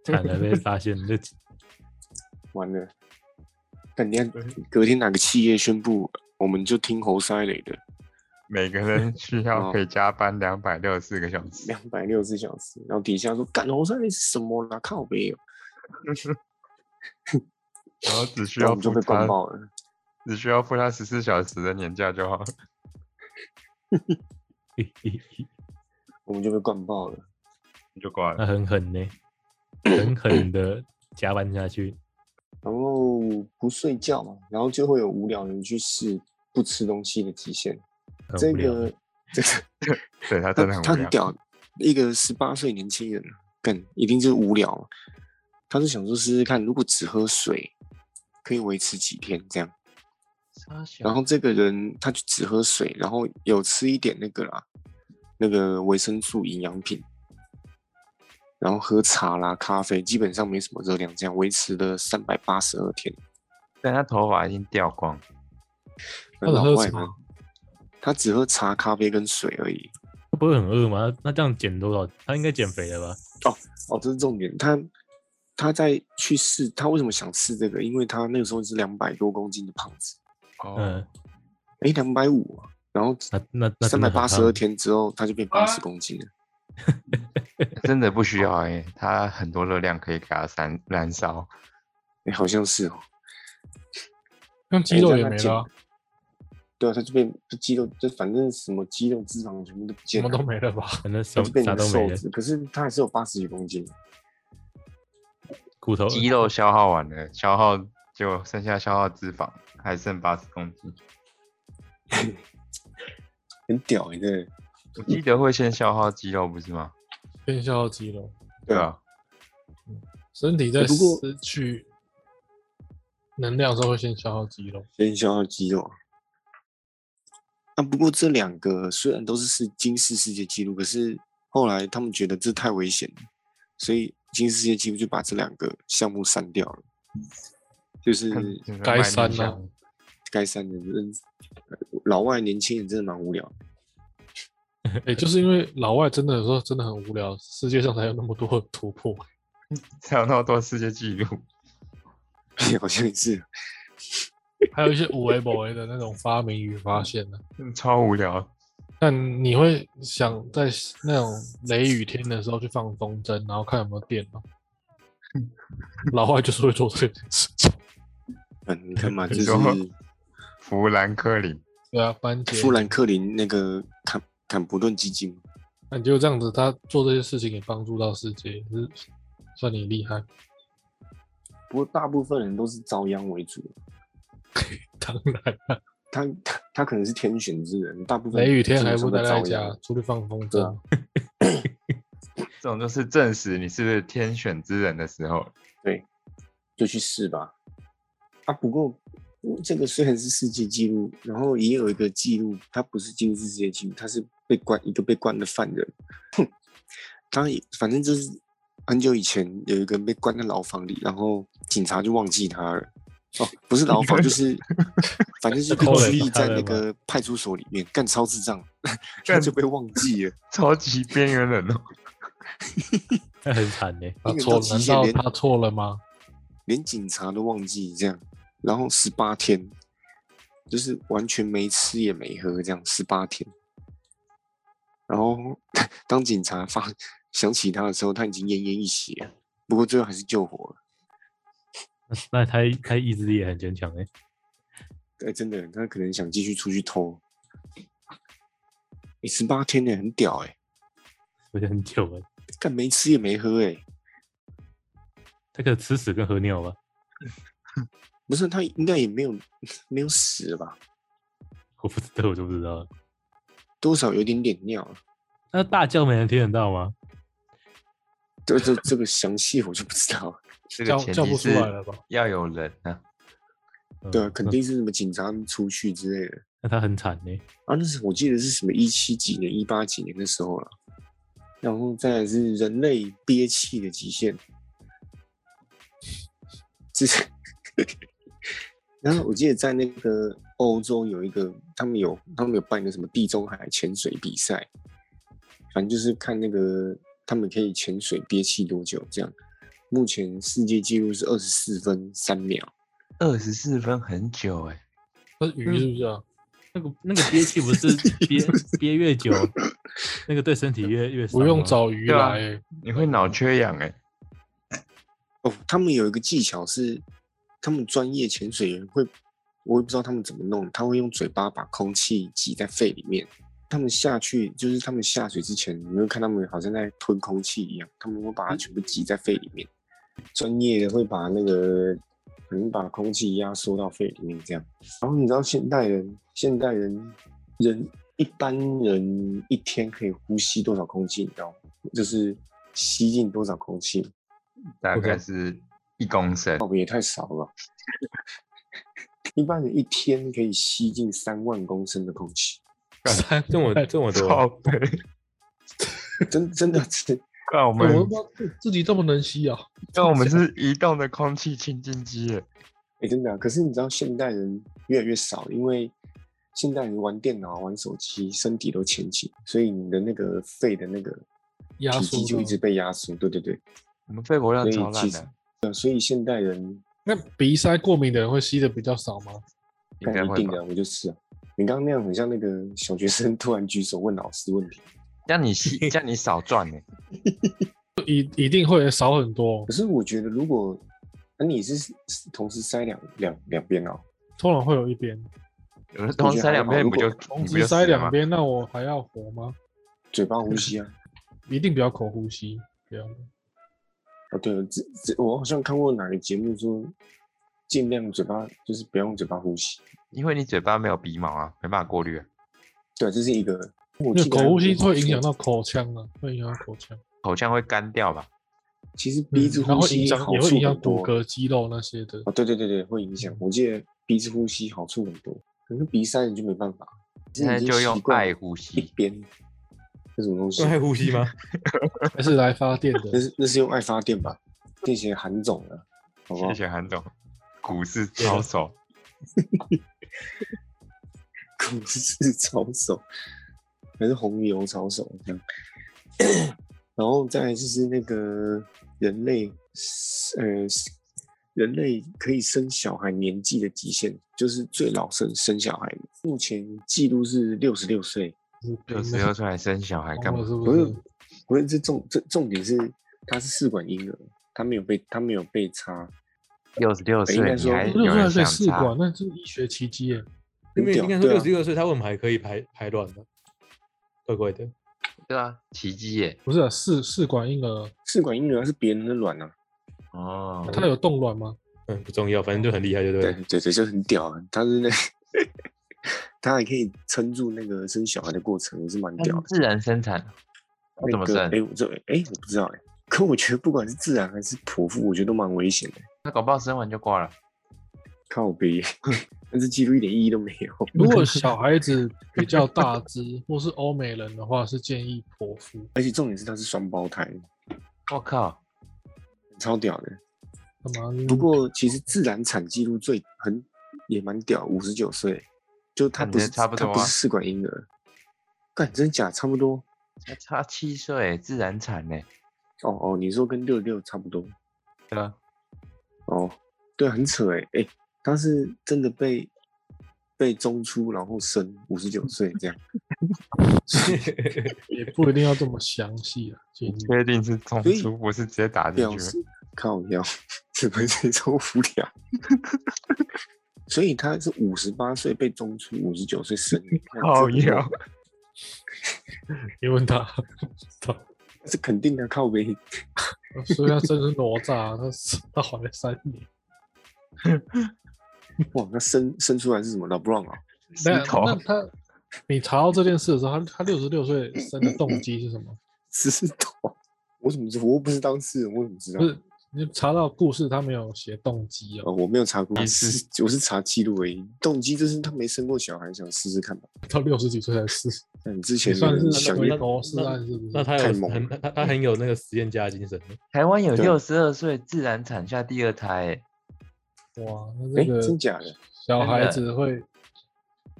C: 惨了被发现，就
A: 完了。等天隔天哪个企业宣布，我们就听侯赛雷的
B: 每个人需要
A: 哦
B: 可以加班两百六十四个小 时，
A: 两百六十小时，然后底下说干侯赛雷是什么啦？靠北哦，
B: 然后只需
A: 然后
B: 要
A: 我们就
B: 付
A: 被灌
B: 他
A: 爆了。
B: 只需要付他十四小时的年假就好。
A: 我们就被灌爆了。
B: 你就挂
A: 呃
B: 了
C: 他，很狠呢、狠狠的加班下去，
A: 然后不睡觉嘛，然后就会有无聊人去试不吃东西的极限。
C: 很
A: 这
C: 无聊欸
A: 个这个
B: 对他
A: 他
B: 真的很
A: 他
B: 无聊
A: 很。屌，一个十八岁年轻人，啊干一定就是无聊嘛。啊他就想说试试看，如果只喝水，可以维持几天这样。然后这个人他就只喝水，然后有吃一点那个啦，那个维生素营养品，然后喝茶啦、咖啡，基本上没什么热量，这样维持了三百八十二天。
B: 但他头发已经掉光，
A: 那
D: 他只
A: 老
D: 喝
A: 外
D: 茶
A: 呢？他只喝茶、咖啡跟水而已。
D: 他
E: 不会很饿吗？那那这样减多少？他应该减肥了吧？
A: 哦，这是重点。他他在去试，他为什么想试这个？因为他那个时候是两百多公斤的胖子，
B: 哦
E: 嗯，，
A: 哎，两百五，然后
E: 那那那
A: 三
E: 真
A: 百
E: 的
A: 八
E: 很
A: 十
E: 胖啊
A: 二天之后，他就变八十公斤了。
B: 真的不需要哎、它很多热量可以给它燃燃烧。
A: 哎，好像是哦。
D: 像肌肉
A: 诶
D: 也没了啊，。
A: 这样他减对啊，他就变就肌肉，就反正什么肌肉、脂肪全部都不
D: 什
A: 见
D: 么
A: 了，
D: 都没了吧？
E: 反正
A: 他
E: 什
A: 就变
E: 啥
A: 成
E: 都
A: 瘦
E: 没了，
A: 子。可是他还是有八十几公斤，
D: 哦
E: 骨头
B: 肌肉消耗完了，消耗就剩下消耗脂肪，还剩八十公斤。
A: 很屌哎、欸，真的。
B: 我记得会先消耗肌肉，不是吗？
D: 变消耗肌肉，
A: 对啊
B: 啊，
D: 身体在
A: 哎诶不过
D: 失去能量的时候会先消耗肌肉。
A: 先消耗肌肉啊。那不过这两个虽然都是世金氏世界纪录，可是后来他们觉得这太危险了，所以金氏世界纪录就把这两个项目删掉了，就是
B: 啊就是
D: 该
B: 卖力
D: 删
B: 项
D: 了
B: 目
A: 该删的。嗯老外年轻人真的蛮无聊的，
D: 哎，就是因为老外真的有时候真的很无聊，世界上才有那么多的突破。
B: 才有那么多世界纪录。
A: 好像是
D: 还有一些无为不为的那种发明与发现呢、
B: 嗯超无聊。
D: 但你会想在那种雷雨天的时候去放风筝，然后看有没有电吗？老外就是会做这件事情。
A: 嗯， 你看嘛，就
B: 你
A: 是
B: 说富兰克林，
D: 对啊，班杰，
A: 富兰克林那个坎坎伯顿基金，
D: 那你就这样子，他做这些事情也帮助到世界，也是算你厉害。
A: 不过大部分人都是遭殃为主，
D: 当然，
A: 他他他可能是天选之人，大部分
D: 雷雨天
A: 嗯基
D: 还
A: 本
D: 不
A: 上
D: 待
A: 都
D: 在
A: 遭殃
D: 家，出去放风
A: 对
D: 筝。
A: 啊
B: 这种就是证实你是不是天选之人的时候。
A: 就去试吧。啊，不过嗯这个虽然是世界纪录，然后也有一个记录，它不是吉尼斯世界纪录，它是被关一个被关的犯人。哼，他也反正就是很久以前有一个人被关在牢房里，然后警察就忘记他了。哦，不是牢房，就是 反正就被
E: 偷了
A: 拘役
E: 他
A: 在
E: 了
A: 那
E: 吗
A: 个派出所里面，干超智障，他
B: 干
A: 就被忘记了。
B: 超级边缘人 哦，
E: 那很惨呢。
D: 他
A: 因为
D: 错
A: 到
D: 了，
A: 极
D: 难
A: 限
D: 道
A: 连
D: 他错了吗？
A: 连警察都忘记这样，然后十八天，就是完全没吃也没喝这样十八天，然后 当警察发想起他的时候，他已经奄奄一息了，不过最后还是救活了。
E: 那他他意志力也很坚强哎。
A: 哎、真的，他可能想继续出去偷。哎、十八天呢、很屌哎、
E: 有点很久哎，
A: 干没吃也没喝哎、
E: 他可以吃屎跟喝尿吧？
A: 不是他应该也没有 没有死了吧？
E: 我不知道，我就不知道了。
A: 多少有点点尿了，
E: 那大叫没人听得到吗？
A: 这这这个详细我就不知道了。
B: 这
D: 叫
B: 个前
D: 叫
B: 提
D: 不出
B: 是
D: 来了吧？
B: 要有人啊。
E: 嗯
A: 对啊，肯
E: 那
A: 定是什么警察出去之类的。
E: 那他很惨呢。
A: 啊，那是我记得是什么一七几年、一八几年的时候了。然后再来是人类憋气的极限，这是。 然后我记得在那个欧洲有一个，他们有他们有办一个什么地中海潜水比赛，反正就是看那个他们可以潜水憋气多久这样。目前世界纪录是二十四分三秒，
B: 二十四分很久哎、
D: 那鱼是不是
A: 嗯
D: 啊？
E: 那个那个憋气不是 憋憋越久，那个对身体越越伤
D: 不用
E: 吗
D: 找鱼
B: 对啊
D: 来、欸，
B: 你会脑缺氧哎、
A: 哦，他们有一个技巧是，他们专业潜水员会，我也不知道他们怎么弄，他会用嘴巴把空气挤在肺里面。他们下去就是他们下水之前，你会看他们好像在吞空气一样，他们会把它全部挤在肺里面。专业的会把那个，可能把空气压缩到肺里面这样。然后你知道现代人，现代人人一般人一天可以呼吸多少空气？你知道吗？就是吸进多少空气？
B: 大
C: 不知道
B: 概是一公升。
A: 也太少了吧。一般人一天可以吸进三万公升的空气，
D: 三
E: 这么这么
B: 超
E: 多，
B: 悲，
A: 真真的是
B: 看我
D: 我
B: 们
D: 都不知道自自己这么能吸啊！
B: 那我们是移动的空气清净机耶，
A: 哎、真的啊、可是你知道现代人越来越少，因为现在你玩电脑、啊玩手机，身体都前倾，所以你的那个肺的那个
D: 压
A: 体
D: 缩
A: 积就一直
D: 的，
A: 被压缩。对对对，
B: 我们肺活量
A: 所以
B: 超烂
A: 其实
B: 的，
A: 呃所以现代人
D: 那鼻塞过敏的人会吸的比较少吗？
B: 应
A: 干
B: 该
A: 一
B: 会
A: 定
B: 吧？
A: 的，我就是啊。你刚刚那样很像那个小学生突然举手问老师问题，
B: 这样你吸， 这样你少赚呢、
D: 一一定会少很多
A: 可，是我觉得如果那、你是是同时塞两两两边哦，
D: 通常会有一边。
B: 有人同时塞两边不就
D: 同
B: 你不就
D: 时
B: 死了
D: 塞
B: 吗
D: 两？边，那我还要活吗？
A: 嘴巴呼吸啊。
D: 一定不要口呼吸，不要。
A: 哦，对了，这这我好像看过哪个节目说，尽量嘴巴就是不要用嘴巴呼吸。
B: 因为你嘴巴没有鼻毛啊，没办法过滤、啊。
A: 对，这是一个。我
D: 那
A: 记得还
D: 口
A: 有
D: 呼吸
A: 一个
D: 会影响到口腔啊，会影响到口腔，
B: 口腔会干掉吧？
A: 其实鼻子
D: 嗯然
A: 呼
D: 后
A: 吸
D: 影响
A: 好
D: 也会
A: 处
D: 影响
A: 很
D: 骨
A: 多。
D: 骼、嗯肌肉那些的。
A: 哦，对对对对，会影响。我记得鼻子呼吸好处很多，可是鼻塞你就没办法。
B: 现在
A: 你已经
B: 就用
A: 习惯
B: 爱呼
A: 一
B: 吸，
A: 边，那什么东西
C: 用？爱呼吸吗？
D: 还是来发电
A: 那
D: 的，
A: 是那是用爱发电吧？谢谢韩总了，好不好
B: 谢？谢韩总，股市
D: 啊
B: 高手。
A: 股市炒手，还是红油炒手这样。然后再来就是那个人类，呃，人类可以生小孩年纪的极限，就是最老生生小孩，目前记录是六十六岁。
B: 六十六出来生小孩干
D: 干
B: 嘛
D: 嘛？？是不
A: 不是
D: 是？，
A: 不是，这重这重点是他是试管婴儿，他没有被他没有被插，
B: 六十六
A: 应
B: 岁
A: 该
B: 你
A: 说
B: 还
D: 六
B: 有
D: 十六
B: 人
D: 岁
B: 想
D: 试
B: 插？
D: 管，那是医学奇迹耶。
C: 因为
A: 很屌
C: 应该说
A: 对
C: 六
A: 啊
C: 十六岁，他为什么还可以排排卵呢？怪怪的。
B: 对啊，奇迹耶！
D: 不是啊，试试管婴儿，
A: 试管婴儿是别人的卵啊，
B: 哦，
D: 它有冻卵吗？
C: 嗯，不重要，反正就很厉害，对不
A: 对
C: 对？
A: 对对，就很屌啊！他是那 他还可以撑住那个生小孩的过程，也是蛮屌的。
B: 自然生产，
A: 那
B: 嗯哦怎么
A: 个
B: 生
A: 哎、？我这哎、我不知道哎、可我觉得不管是自然还是剖腹，我觉得都蛮危险的。
B: 那搞不好生完就挂了。
A: 靠 背，但是记录一点意义都没有。
D: 如果小孩子比较大只，或是欧美人的话，是建议剖腹。
A: 而且重点是他是双胞胎，
B: 我靠，
A: 超屌的。
B: 嗯
D: 干嘛？
A: 不过其实自然产记录最很也蛮屌，五十九岁，就他
B: 那你
A: 不
B: 这
A: 是
B: 差不
A: 他
B: 多
A: 不
B: 啊
A: 是试管婴儿，干真假差不多。
B: 才差七岁，自然产呢？
A: 哦哦，你说跟六六差不多。
B: 对啊，
A: 哦，对，很扯哎、欸、哎、他是真的被被中出，然后生五十九岁 这样，
D: 也不一定要这么详细啊，建议。
B: 确定是中
A: 所以
B: 出，不是直接打进
A: 表
B: 去
A: 示靠腰，怎么这种无聊？ 所以他是五十八岁被中出，五十九岁生的，看
B: 靠
A: 这个
B: 腰
D: 你问他，他
A: 是肯定的靠背。
D: 所以他真是哪吒，啊他他怀了三年。
A: 哇，那生生出来是什么老布朗啊？
B: 石
D: 那
B: 头
D: 那他，你查到这件事的时候，他他六十六岁生的动机是什么？
A: 石头？我怎么知？我又不是当事人，我怎么知道
D: 不？是你查到故事，他没有写动机
A: 呃，
D: 哦，
A: 我没有查过
B: 没，事
A: 是我是查记录而已。动机就是他没生过小孩，想试试看吧。
D: 到六十几岁才 试，
A: 那你之前
D: 也算
A: 有人
D: 是
A: 想
C: 那
D: 那回
A: 念
C: 那
D: 头是岸是不
C: 那
D: 是？
C: 他有
A: 太猛
C: 很
A: 了
C: 他他很有那个实验家的精神。
B: 台湾有
A: 对
B: 六十二岁自然产下第二胎欸耶，
D: 哇，那
A: 哎、
D: 这个
A: 真假的？
D: 小孩子会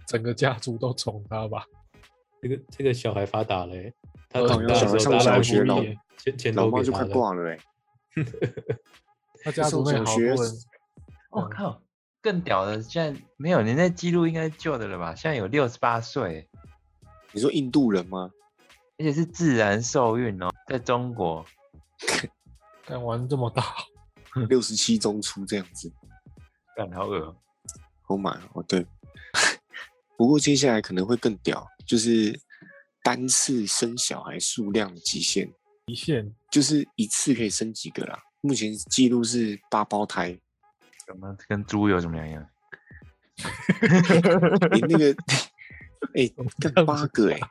D: 整个家族都宠他吧？
C: 这个这个小孩发达嘞，他
A: 哦
C: 长
D: 我
C: 大
D: 小
C: 的
D: 孩
C: 时
D: 上
C: 候，大
D: 小
C: 家
D: 学
C: 都
D: 老
C: 给欸钱钱
A: 老
C: 都
A: 妈
C: 给
A: 就
C: 他
A: 快
C: 了。
A: 挂了哎、
D: 他家族内
A: 上
D: 好
A: 小
D: 多
A: 学
D: 人，
B: 我靠，更屌的，现在没有，你那记录应该旧的了吧？现在有六十八岁耶，
A: 你说印度人 吗？
B: 而且是自然受孕哦，在中国，
D: 敢玩这么大，嗯
A: 六十七中出这样子
B: 干好恶哦，
A: ，Oh my，哦对。 不过接下来可能会更屌，就是单次生小孩数量极限，
D: 极限
A: 就是一次可以生几个啦。目前记录是八胞胎，
B: 怎么跟猪有什么两样？
A: 你、那个，哎、干八个哎、哎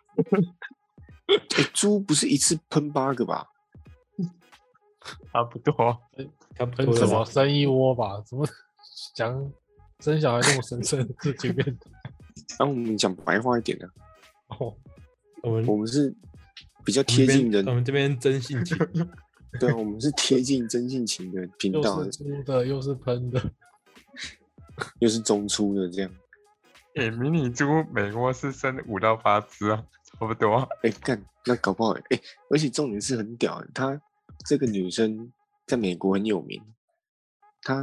A: 猪不是一次喷八个吧？
B: 差不多，
C: 他不
D: 跟
C: 多
D: 什
C: 了
D: 么
C: 吧？
D: 生一窝吧？怎么 讲生小孩这么神圣的事情变
A: 然后我们讲白话一点呢、
D: 哦，
C: 我们
A: 我们是比较贴近人
C: 我，们这边真 性情，
A: 对啊，我们是贴近真性情的频
D: 又
A: 道，
D: 是猪的，又是喷的，
A: 又是中出的这样。
B: 诶、哎迷你猪每窝是生五到八只啊，差不多啊。
A: 哎、干，那搞不好哎、而且重点是很屌、欸，她这个女生在美国很有名，她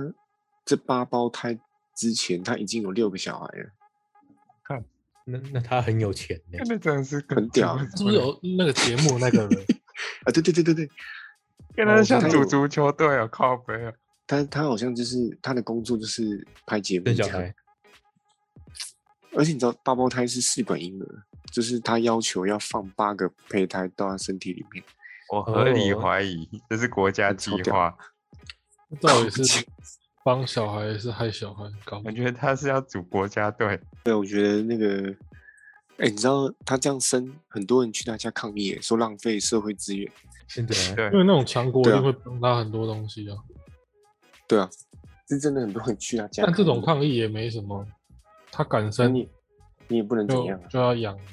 A: 这八胞胎之前她已经有六个小孩了，
C: 那那他很有钱欸呢、
B: 那真的是
A: 很屌啊
D: 是不是有那个节目 那个人？
A: 啊，对对对对对，
B: 跟他像
A: 哦
B: 组足球队啊，靠背啊。
A: 她她好像就是她的工作就是拍节目
C: 生
A: 这
C: 小
A: 样
C: 孩，
A: 而且你知道八胞胎是试管婴儿，就是她要求要放八个胚胎到她身体里面，
B: 我合理
C: 哦
B: 怀疑这是国家计
A: 超屌
B: 划，
D: 到底 是帮小孩还是害小孩？搞
B: 我觉得他是要组国家队。
A: 对，我觉得那个，哎、你知道她这样生，很多人去她家抗议欸，说浪费社会资源。
C: 真的 啊
B: 对
D: 因，为那种强国一
A: 对啊
D: 定会帮他很多东西啊。
A: 对啊，是真的很多人去她家。
D: 但这种，抗议也没什么，他敢
A: 那
D: 生
A: 你你也不能怎
D: 就
A: 样啊，
D: 就要养啊。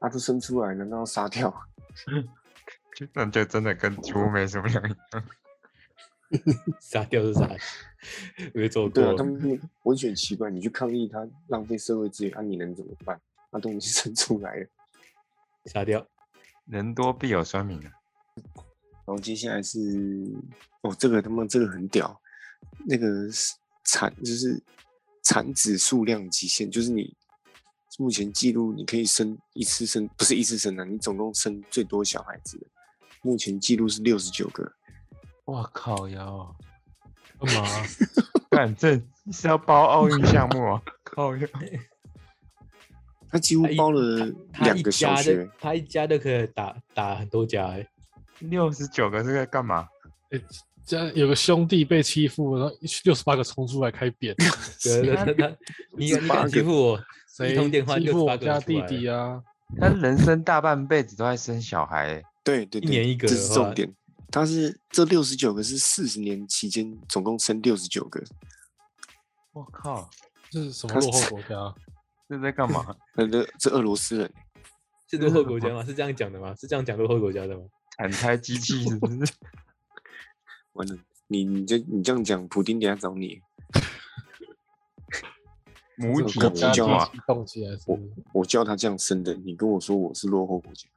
A: 她都生出来，难道要杀掉？
B: 就那就真的跟猪没什么两样。
C: 杀掉是杀，没做
A: 对啊
C: 过，
A: 他。们我觉得很奇怪，你去抗议她浪费社会资源，啊，你能怎么办？那都已经生出来了。
C: 杀掉，
B: 人多必有酸民啊。
A: 然后接下来是，哦，这个他妈这个很屌，那个是产就是产子数量极限，就是你目前记录你可以生一次生不是一次生啊，你总共生最多小孩子的，目前记录是六十九个，
B: 我靠 哟！
D: 哦干嘛啊、
B: 反正是要包奥运项目 啊！靠哟！
A: 他几乎
C: 他一
A: 包了
C: 他
A: 两
C: 一
A: 个小
C: 家
A: 学
C: 的，，他一家都可以打打很多家、 欸，
B: 六十九个是在干嘛？
D: 这样有个兄弟被欺负，然后六十八个冲出来开 扁，
C: 对对对， 他你你敢欺负我，
D: 谁
C: 一通电话
D: 欺负
C: 68
D: 我
C: 个
D: 家
C: 人出
D: 弟
C: 来
D: 弟啊？
B: 他人生大半辈子都在生小孩欸、
A: 对对
C: 一
A: 对，
C: 年一个
A: 这
C: 的
A: 是
C: 话
A: 重点。他是这六十九个是四十年期间总共生六十九个，
B: 我靠！
D: 这是什么
A: 他
D: 落后
A: 是
D: 国家啊？
B: 这在干 嘛？
A: 呃，这这俄罗斯人
C: 是落后国家吗？是这样讲的吗？是这样讲落后国家的吗？
B: 产胎机器是不是？
A: 完了，你你这你这样讲，普丁等下找你。
B: 母体啊
D: 这
A: 计
B: 计
D: 种国家机
A: 较
B: 划
D: 器？动起来是不是
A: 我叫他这样生的，你跟我说我是落后国家，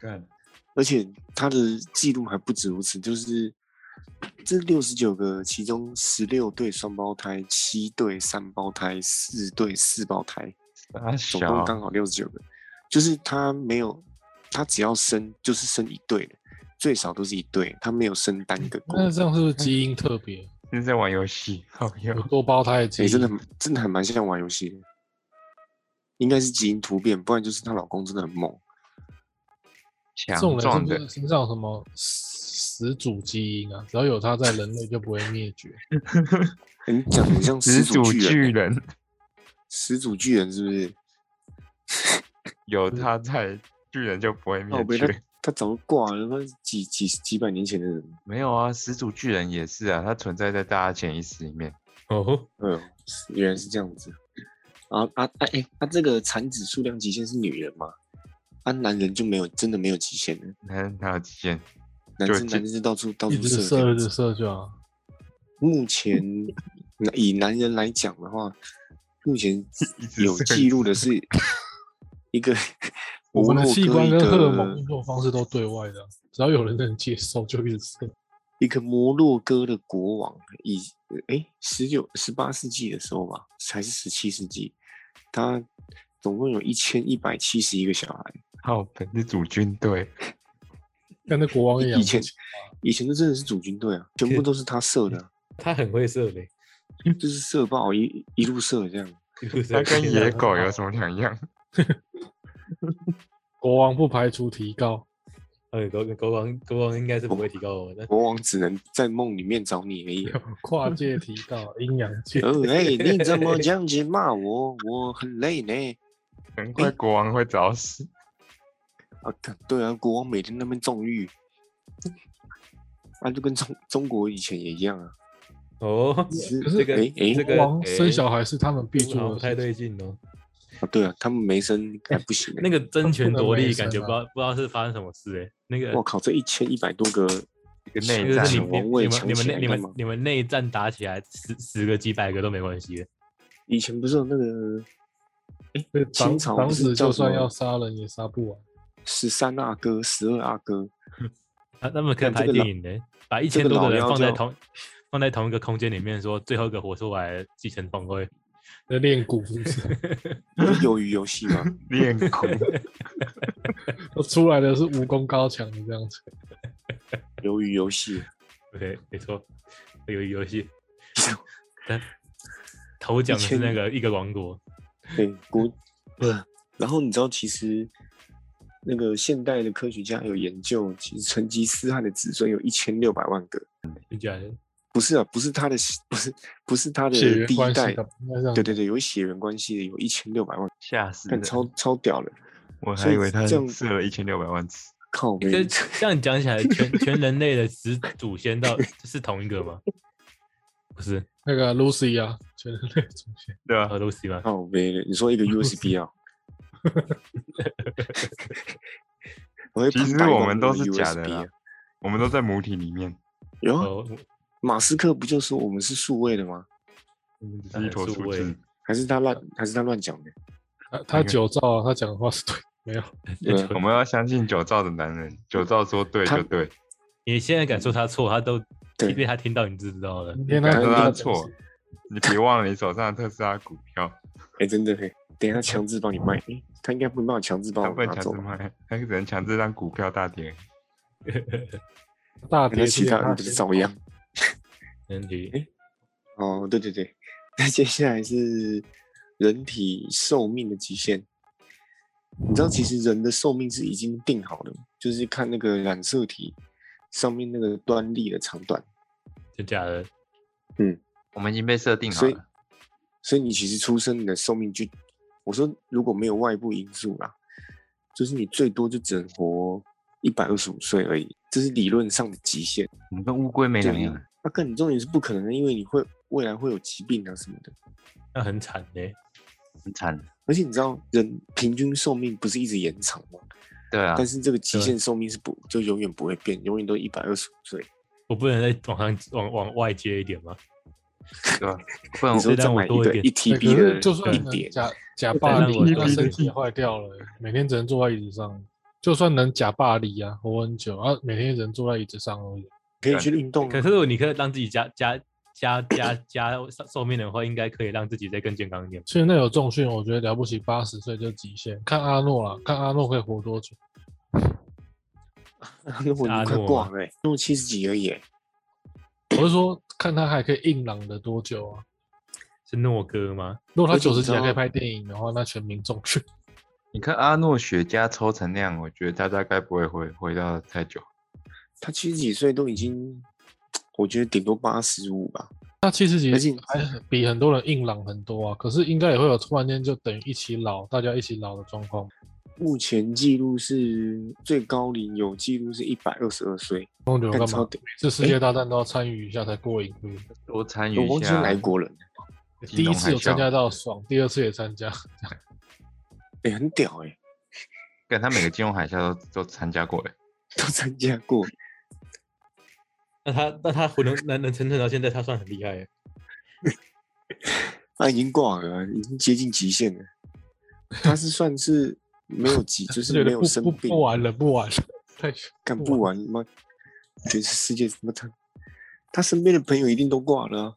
B: 干
A: 而且他的记录还不止如此，就是这六十九个，其中十六对双胞胎，七对三胞胎，四对四胞胎，
B: 傻
A: 总
B: 小
A: 共刚好六十九个，就是他没有，他只要生就是生一对的，最少都是一对，他没有生单个过。
D: 那这样是不是基因特别？
B: 是在玩游戏，靠哟
D: 有！多胞胎的基
A: 哎、
D: 因？
A: 真的很真的还蛮像玩游戏的，应该是基因突变，不然就是她老公真的很猛。
D: 这种
B: 强壮
D: 人是不
B: 的
D: 是身上有什么始祖基因啊？只要有它在，人类就不会灭 绝。
A: 欸你讲的像始
B: 始
A: 祖
B: 祖
A: 巨人
B: 巨
A: 欸，
B: 人，
A: 始祖巨人是不
B: 嗯
A: 是？
B: 有他在，巨人就不会
A: 哦，
B: 灭
A: 被他
B: 绝。
A: 他早就挂了，他妈几几几百年前的人。
B: 没有啊，始祖巨人也是啊，它存在在大家潜意识里面。
C: 哦，
A: 哎呦，原来是这样子。啊啊啊！哎、他、这个产子数量极限是女人吗？啊，男人就没有，真的没有极限了。
B: 哪哪有极限？
A: 男
B: 就
A: 生
B: 这
A: 男生就到处到
D: 一
A: 处
D: 直
A: 射这
D: 射，
A: 样
D: 一直
A: 子。
D: 射就好。
A: 目前那以男人来讲的话，目前
B: 一直
A: 有
B: 射
A: 记录的是 一个
D: 我
A: 摩
D: 们
A: 洛
D: 的
A: 哥
D: 器官
A: 一
D: 跟荷尔
A: 个
D: 蒙运作方式都对外的啊，只要有人能接受，就一直射。
A: 一个摩洛哥的国王，以哎十九十八世纪的时候吧，还是十七世纪，他总共有一千一百七十一个小孩。
B: 靠北，本是组军 队，
D: 但那国王也养
A: 以
D: 不起
A: 前以前这真的是主军队啊，全部都是他射的啊、
C: 他很会射嘞，
D: 嗯
A: 就是射爆一一路射这样。
B: 它
C: 他
B: 跟 野狗有什么两样？
D: 国王不排除提高，
C: 呃，国国王国王应该是不会提高我的，
A: 国王只能在梦里面找你而已啊。
D: 跨界提高，阴阳界。
A: 哦，哎，你怎么这样子骂我？我很累呢。
B: 难怪国王会早死。
A: 啊，干对啊，国王每天那边纵欲，啊，就跟中中国以前也一样啊。
C: 哦，
A: 只 是
D: 可是
C: 这个
A: 哎哎，
C: 这
D: 国
C: 个
D: 王
C: 哎
D: 生小孩是他们必
C: 好像
D: 做
C: 不
D: 的
C: 太
D: 事
C: 对
D: 情。
C: 劲哦。
A: 啊，对啊，他们没生还不行欸、
C: 那个争权夺利，
D: 他
C: 感
D: 们
C: 觉
D: 的卫生啊
C: 不知道不知道是发生什么事哎。那个
A: 我靠，这一千一百多个，
B: 一个
C: 那
B: 内
C: 个是
B: 战
C: 你
A: 抢
C: 你
A: 王
B: 哦，
A: 位
C: 你们
A: 抢
C: 你们
A: 起来
C: 内你
A: 干
C: 们
A: 嘛
C: 你们内战打起来，十十个几百个都没关系的。
A: 以前不是有那个，哎、
D: 所以长
A: 清朝
D: 长
A: 不
D: 子
A: 是
D: 就
A: 叫
D: 算要杀人也杀不完。
A: 十三阿哥、十二阿 哥，
E: 他他们可以
A: 看
E: 拍
A: 这个
E: 电
A: 老
E: 影的，把一
A: 这
E: 千
A: 个
E: 多
A: 老
E: 个人
A: 妖
E: 放在
A: 叫
E: 同放在同一个空间里面，说最后一个活出来继承皇位。
D: 在练鼓是不是？
A: 不是鱿鱼游戏吗？
B: 练苦，
D: 我出来的是武功高强的这样子。
A: 鱿鱼游戏，
E: 对，没错，有游戏，但头奖的是那
A: 1000
E: 个一个王国，
A: 对， 国，然后你知道其实。那个现代的科学家有研究，其实成吉思汗的子孙有一千六百万个，
E: 真假的？
A: 不是啊，不是他的，不是不是他
D: 血
A: 的
D: 缘
A: 第一
D: 关系
A: 代，
D: 的，应该这样
A: 对对对，有血缘关系的有一千六百万，
B: 吓死
A: 但
B: 人！
A: 超超屌了，
B: 我
A: 所
B: 还
A: 以
B: 以为他
A: 这样
B: 射了一千六百万次，
A: 靠背，
E: 这 这样讲起来，全全人类的始祖先到是同一个吗？不是哦
D: 那个 Lucy 啊，全人类祖先，
B: 对啊吧、
E: 俄罗斯吗？
A: 靠背哦了，你说一 个 USB 啊？我会
B: 其实
A: 把一个
B: 我们都是假的
A: USB 啊
B: 啦，我们都在母体里面，
A: 有啊
E: 哦，
A: 马斯克不就说我们是数位的吗？
B: 我们只是一坨
E: 哎数
B: 数
E: 位
B: 字。
A: 还是他乱还是他乱讲的？
D: 他他酒造啊，他讲的话是对，没有
A: 对啊
B: 我们要相信九兆的男人，九兆说对
A: 他
B: 就对，
E: 你现在敢说他错，他都
A: 对
E: 因为他听到你就知道了。
D: 今天
B: 敢
D: 他
B: 说
A: 他
B: 他
D: 他
B: 错，你别忘了你手上的特斯拉股票，
A: 哎、真的嘿，等一下强制帮你卖，哎、他应该不会帮我强制帮
B: 他
A: 我
B: 不能
A: 拿
B: 强
A: 走
B: 制
A: 吧？
B: 卖，他只能强制让股票大跌。
D: 大
A: 可
D: 跌
A: 能
D: 啊是
A: 其他
D: 他
A: 人不是照样？
E: 人体
A: 哦，对对对，那接下来是人体寿命的极限。你知道，其实人的寿命是已经定好的，就是看那个染色体上面那个端粒的长短。
E: 真假的？
B: 我们已经被设定好
A: 所以
B: 了，
A: 所以你其实出生你的寿命就，我说如果没有外部因素啦，就是你最多就只能活一百二十五岁而已，这是理论上的极限。
B: 我们跟乌龟没
A: 对
B: 两样。
A: 那更重点是不可能的，因为你会未来会有疾病啊什么的。
E: 那很惨呢、
B: 很惨。
A: 而且你知道，人平均寿命不是一直延长吗？
B: 对啊，
A: 但是这个极
E: 对
A: 限寿命是不就永远不会变，永远都一百二十五岁。
E: 我不能再往上往往外接一点吗？
B: 对啊，不然
A: 你
B: 我
A: 说
E: 是
A: 再
E: 让我
A: 买一
E: 多一
A: 个
E: 点
A: 一
D: 对可
A: TB
D: 是
A: 的
D: 就算
A: 硬碟
D: 能，假假
E: 再
D: 霸
E: 让我
D: 凌，
E: 当
D: 他身
E: 兵
D: 体坏掉了，每天只能坐在椅子上。就算能假霸凌啊，活很久啊，每天只能坐在椅子上而已。
A: 可以去运动啊。
E: 可是如果你可以让自己加加加加加寿寿命的话，应该可以让自己再更健康一点。
D: 现在有重训，我觉得了不起，八十岁就极限。看阿诺啦，看阿诺可以活多久。
A: 那我
E: 阿
A: 快
E: 诺
A: 挂
E: 吗
A: 了欸，那我七十几而已欸。
D: 我是说，看他还可以硬朗的多久啊？
E: 是诺哥吗？
D: 如果他
A: 而且
D: 九
A: 你
D: 十
A: 知
D: 几
A: 道
D: 还可以拍电影的话，那全民重训。
B: 你看阿诺雪茄抽成那样，我觉得他大概不会回回到太久。
A: 他七十几岁都已经，我觉得顶多八十五吧。
D: 他七十几
A: 而且
D: 还很比很多人硬朗很多啊，可是应该也会有突然间就等于一起老，大家一起老的状况。
A: 目前记录是最高龄有记录是一百二十二岁，
D: 那久
A: 但
D: 干
A: 超
D: 嘛？
A: 屌。
D: 这世界大战都要参与一下才过瘾。对不对
B: 多参与
A: 我
B: 一
A: 忘记是
B: 下
A: 哪，一国人了，
D: 第
B: 金
D: 一
B: 融
D: 次有
B: 海
D: 参
B: 啸
D: 加到爽，第二次也参加，
A: 哎、很屌哎、
B: 跟他每个金融海啸都都参加过嘞。
A: 都参加过。
E: 那他那他活能能能撑撑到现在，他算很厉害耶。
A: 他已经挂了，啊已经接近极限了。他是算是没有 极，就
D: 觉
A: 是没
D: 得
A: 有
D: 不
A: 生
D: 不啊
A: 病
D: 不，玩了，不 玩了，太
A: 干不完妈，全世界他妈他他身边的朋友一定都挂了啊、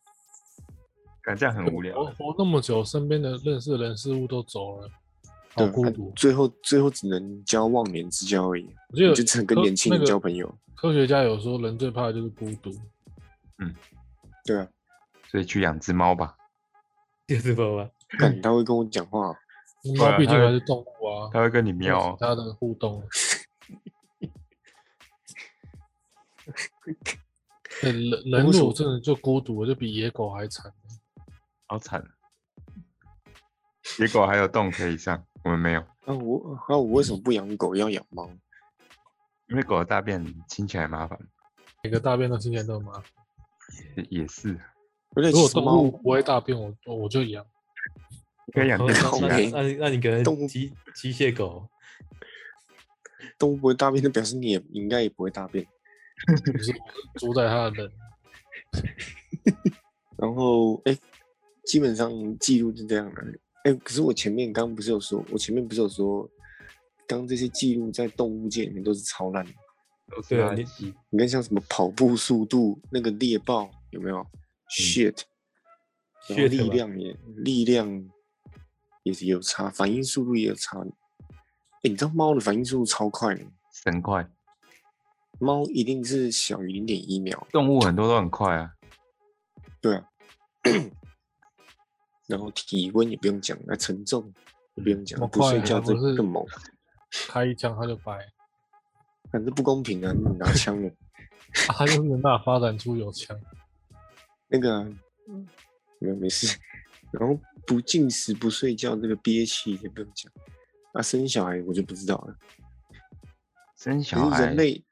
B: 感觉很
A: 啊
B: 无聊
D: 活
B: 欸。
D: 活那么久，身边的认识的人事物都走了，好
A: 对，
D: 孤
A: 啊
D: 独。
A: 最后最后只能交忘年之交而已，啊
D: 我记得
A: 就只能跟
D: 科
A: 年轻
D: 呃那
A: 人
D: 个
A: 交朋友。
D: 科学家有说，人最怕的就是孤独。
A: 对 啊，
B: 所以去养只猫吧，
E: 就是爸爸，
A: 看他会跟我讲话，
B: 对
D: 猫
B: 啊
D: 毕竟
B: 它会
D: 还是动物啊，
B: 它会跟你
D: 没有
B: 喵哦
D: 其。他的 互动。欸人人
A: 为什么
D: 乳真的就孤独了，就比野狗还惨。
B: 好惨。结果还有洞可以上，我们没有，
A: 啊我啊我为什么不养狗要养猫？
B: 因为狗的大便清起来麻烦。
D: 每个大便都听起来都很麻烦。
B: 也也是，
A: 而且
D: 如
A: 其
D: 果
A: 实
D: 动
A: 猫
D: 物不会大便，我我就养。
C: 哦
B: 可以养电
A: 靠
B: 器
E: 那
B: 啊
A: 北，
E: 那那你可能
A: 动物
E: 机机械 狗，
A: 动物不会大便，那表示你也应该也不会大便。
D: 不是我主宰他的人，
A: 然后哎、基本上记录是这样的。哎、可是我前面刚刚不是有说，我前面不是有说，刚这些记录在动物界里面都是超烂的。
B: 都是
C: 对啊
B: 垃
C: 你
B: 圾。
A: 你看像什么跑步速度，那个猎豹有没
D: 嗯
A: 有？shit，、然后
C: Shit
A: 力
C: 吧
A: 量也力量也是有差，反应速度也有差。哎、你知道猫的反应速度超快的，
B: 神快，
A: 猫一定是小于零点一秒。
B: 动物很多都很快啊。
A: 对啊， 然后体温也不用讲，那沉重也不用讲
D: 那，
A: 不睡
D: 嗯快
A: 觉
D: 还
A: 这
D: 不是
A: 更猛，
D: 开一枪他就掰，啊，
A: 反正不公平啊！你拿枪了，
D: 他就是没办法发展出有枪。
A: 那个、啊，
C: 嗯
A: 没有没事。 然后不进食、不睡觉，这个憋气也不用讲。啊，生小孩我就不知道了。
B: 生
A: 可
B: 小
A: 是
B: 孩，
A: 人类，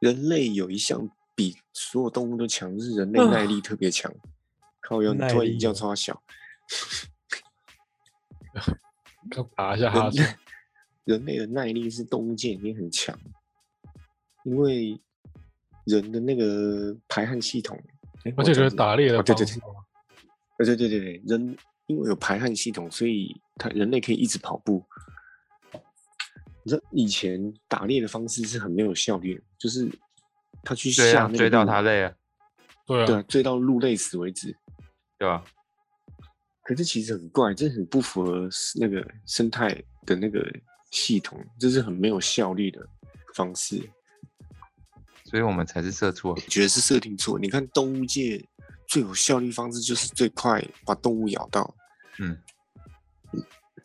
A: 人类有一项比所有动物都强，就是人类耐力特别强。靠腰，你
C: 啊耐
A: 突然
C: 力
A: 一叫
C: 哦
A: 超小，
D: 刚打一下哈
A: 人
D: 欠
A: 类， 人类的耐力是动物界里面很强，因为人的那个排汗系统，诶
D: 而且觉
A: 我
D: 得
A: 讲
D: 打猎
A: 哦
D: 的
A: 对
D: 方
A: 对
D: 式
A: 对
D: 嘛
A: 呃，对对对对，人因为有排汗系统，所以他人类可以一直跑步。你知道以前打猎的方式是很没有效率的，就是他去
B: 追
A: 下
B: 啊
A: 那个
B: 追到
A: 鹿
B: 他，累啊，
D: 对
A: 对
D: 啊，
A: 啊，追到鹿累死为止。
B: 对吧？
A: 可是其实很怪，这很不符合 s- 那个生态的那个系统，这是很没有效率的方式。
B: 所以我们才是社畜啊。
A: 觉得是设定错。你看动物界最有效率方式就是最快把动物咬到，
B: 嗯，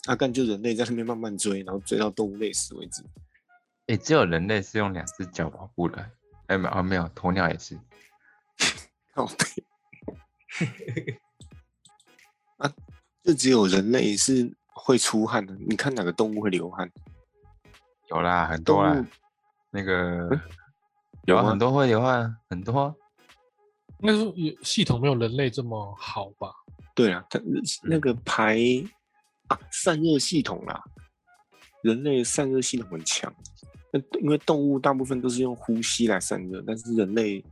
A: 阿、干就人类在那边慢慢追，然后追到动物累死为止。
B: 诶，只有人类是用两只脚跑步的。哎，没有啊，没有，鸵鸟也是。
A: 靠背。啊，就只有人类是会出汗的。你看哪个动物会流汗？
B: 有啦，很
A: 动
B: 多啦
A: 物。
B: 那个
A: 有
B: 有啊，
A: 吗
B: 很多会流汗啊，很多啊。
D: 应该说有系统没有人类这么好吧？
A: 对啊，它
B: 嗯
A: 那个排啊散热系统啦，人类的散热系统很强。那因为动物大部分都是用呼吸来散热，但是人类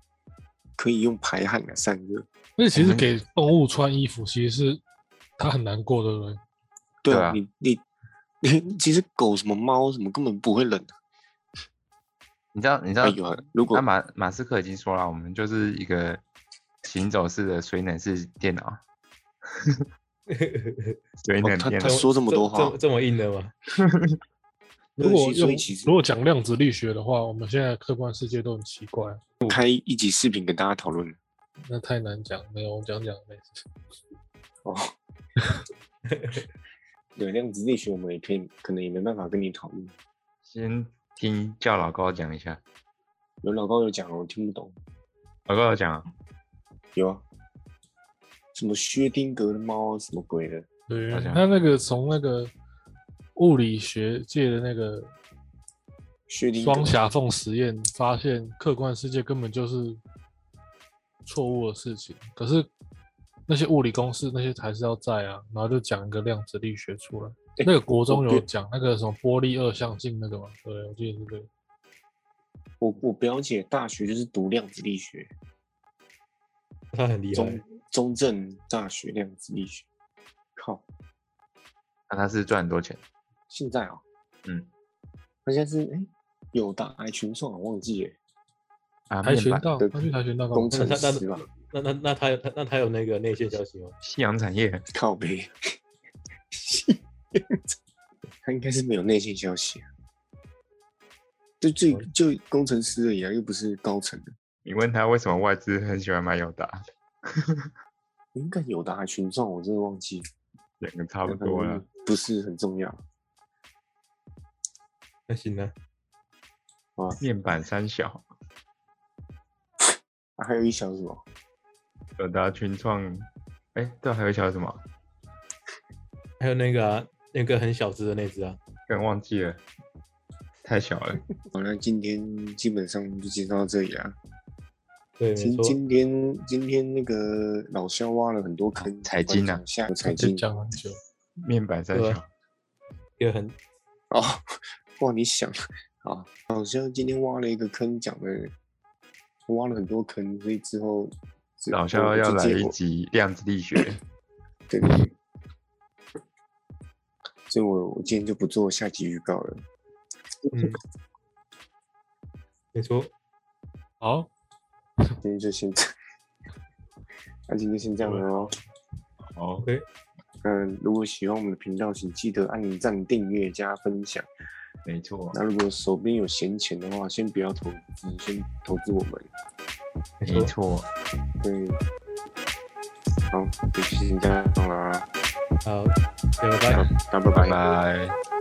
A: 可以用排汗来散热。
D: 而且其
B: 我
D: 实
A: 嗯
B: 们
D: 给动物穿衣服，其实是它很难过，对不对？
A: 对
B: 对
A: 啊，
B: 啊
A: 你你你 其实狗什么猫什么根本不会冷的。
B: 你知道，你知道
A: 哎，呦，如果
B: 那马马斯克已经说了，我们就是一个行走式的水冷式电脑，水
A: 哦
B: 冷
A: 他
B: 电脑
A: 他。说这么多
C: 这
A: 话
C: 么这么硬的吗？
D: 如果
A: 所以
D: 用
A: 所以其实
D: 如果讲量子力学的话，我们现在的客观世界都很奇怪，
A: 开一集视频跟大家讨论
D: 那太难讲。没有，我讲讲没事。
A: 哦。对，量子力学我们也可以，可能也没办法跟你讨论。
B: 先听叫老高讲一下，
A: 有老高有讲哦，我听不懂。
B: 老高有讲啊，
A: 有啊，什么薛丁格的猫啊，什么鬼的？
D: 对
B: 好，像
D: 他那个从那个物理学界的那个
A: 薛丁格
D: 双狭缝实验发现，客观世界根本就是错误的事情。可是那些物理公式那些还是要在啊，然后就讲一个量子力学出来。
A: 诶
D: 那个国中
A: 我
D: 有
A: 不
D: 讲那个什么波粒二象性那个嘛？对，我记得是这个。
A: 我我表姐大学就是读量子力学，
C: 他很厉
A: 中
C: 害，
A: 中正大学量子力学。靠，
B: 那他是赚很多钱，
A: 现在啊，
B: 嗯，
A: 他现在是哎、有达还群创啊，我忘记了，
B: 啊，
D: 跆
B: 面
D: 拳
B: 板、
D: 道
A: 对，
D: 他去跆拳道干嘛
A: 工程师吧，
C: 那那那他有那那他有那个内线消息吗？
B: 夕阳产业，
A: 靠背。 他应该是没有内线消息、啊，就最
B: 哦
A: 就工程师而已啊，又不是高层的。
B: 你问他为什么外资很喜欢买友达，
A: 应该有达还群创，我真的忘记了。
B: 两个差不多啊了。，
A: 不是很重要。啊
C: 那行啊，
B: 面板三小，
A: 啊还有一小什么？
B: 友达群创，哎、对，还有一小什么，
C: 还有那个啊、那个很小只的那只啊，
B: 更忘记了，太小了。
A: 好，那今天基本上就介绍到这里啊。
C: 对，没
A: 今
C: 错，
A: 今天今天那个老肖挖了很多坑，
B: 财经啊
A: 观众下财
D: 就
A: 经
D: 讲很久。
B: 面板三
C: 对
B: 小
C: 啊，一个很
A: 哦，哇，你想啊，老肖今天挖了一个坑，讲的挖了很多坑，所以之后
B: 老肖要来一，集量子力学，
A: 对对对。所以我我今天就不做下集预告了。
C: 嗯，没错，
D: 好，
A: 今天就先这， 那今天先这样了哦。
B: 好，
C: OK，
A: 嗯，如果喜欢我们的频道，请记得按赞、订阅、加分享。
B: 没错，
A: 那如果手边有闲钱的话，先不要投资，先投资我们。
B: 没错，
A: 对，好，就先这样啦，
C: 好，拜拜。
A: 那拜拜
B: 拜。拜。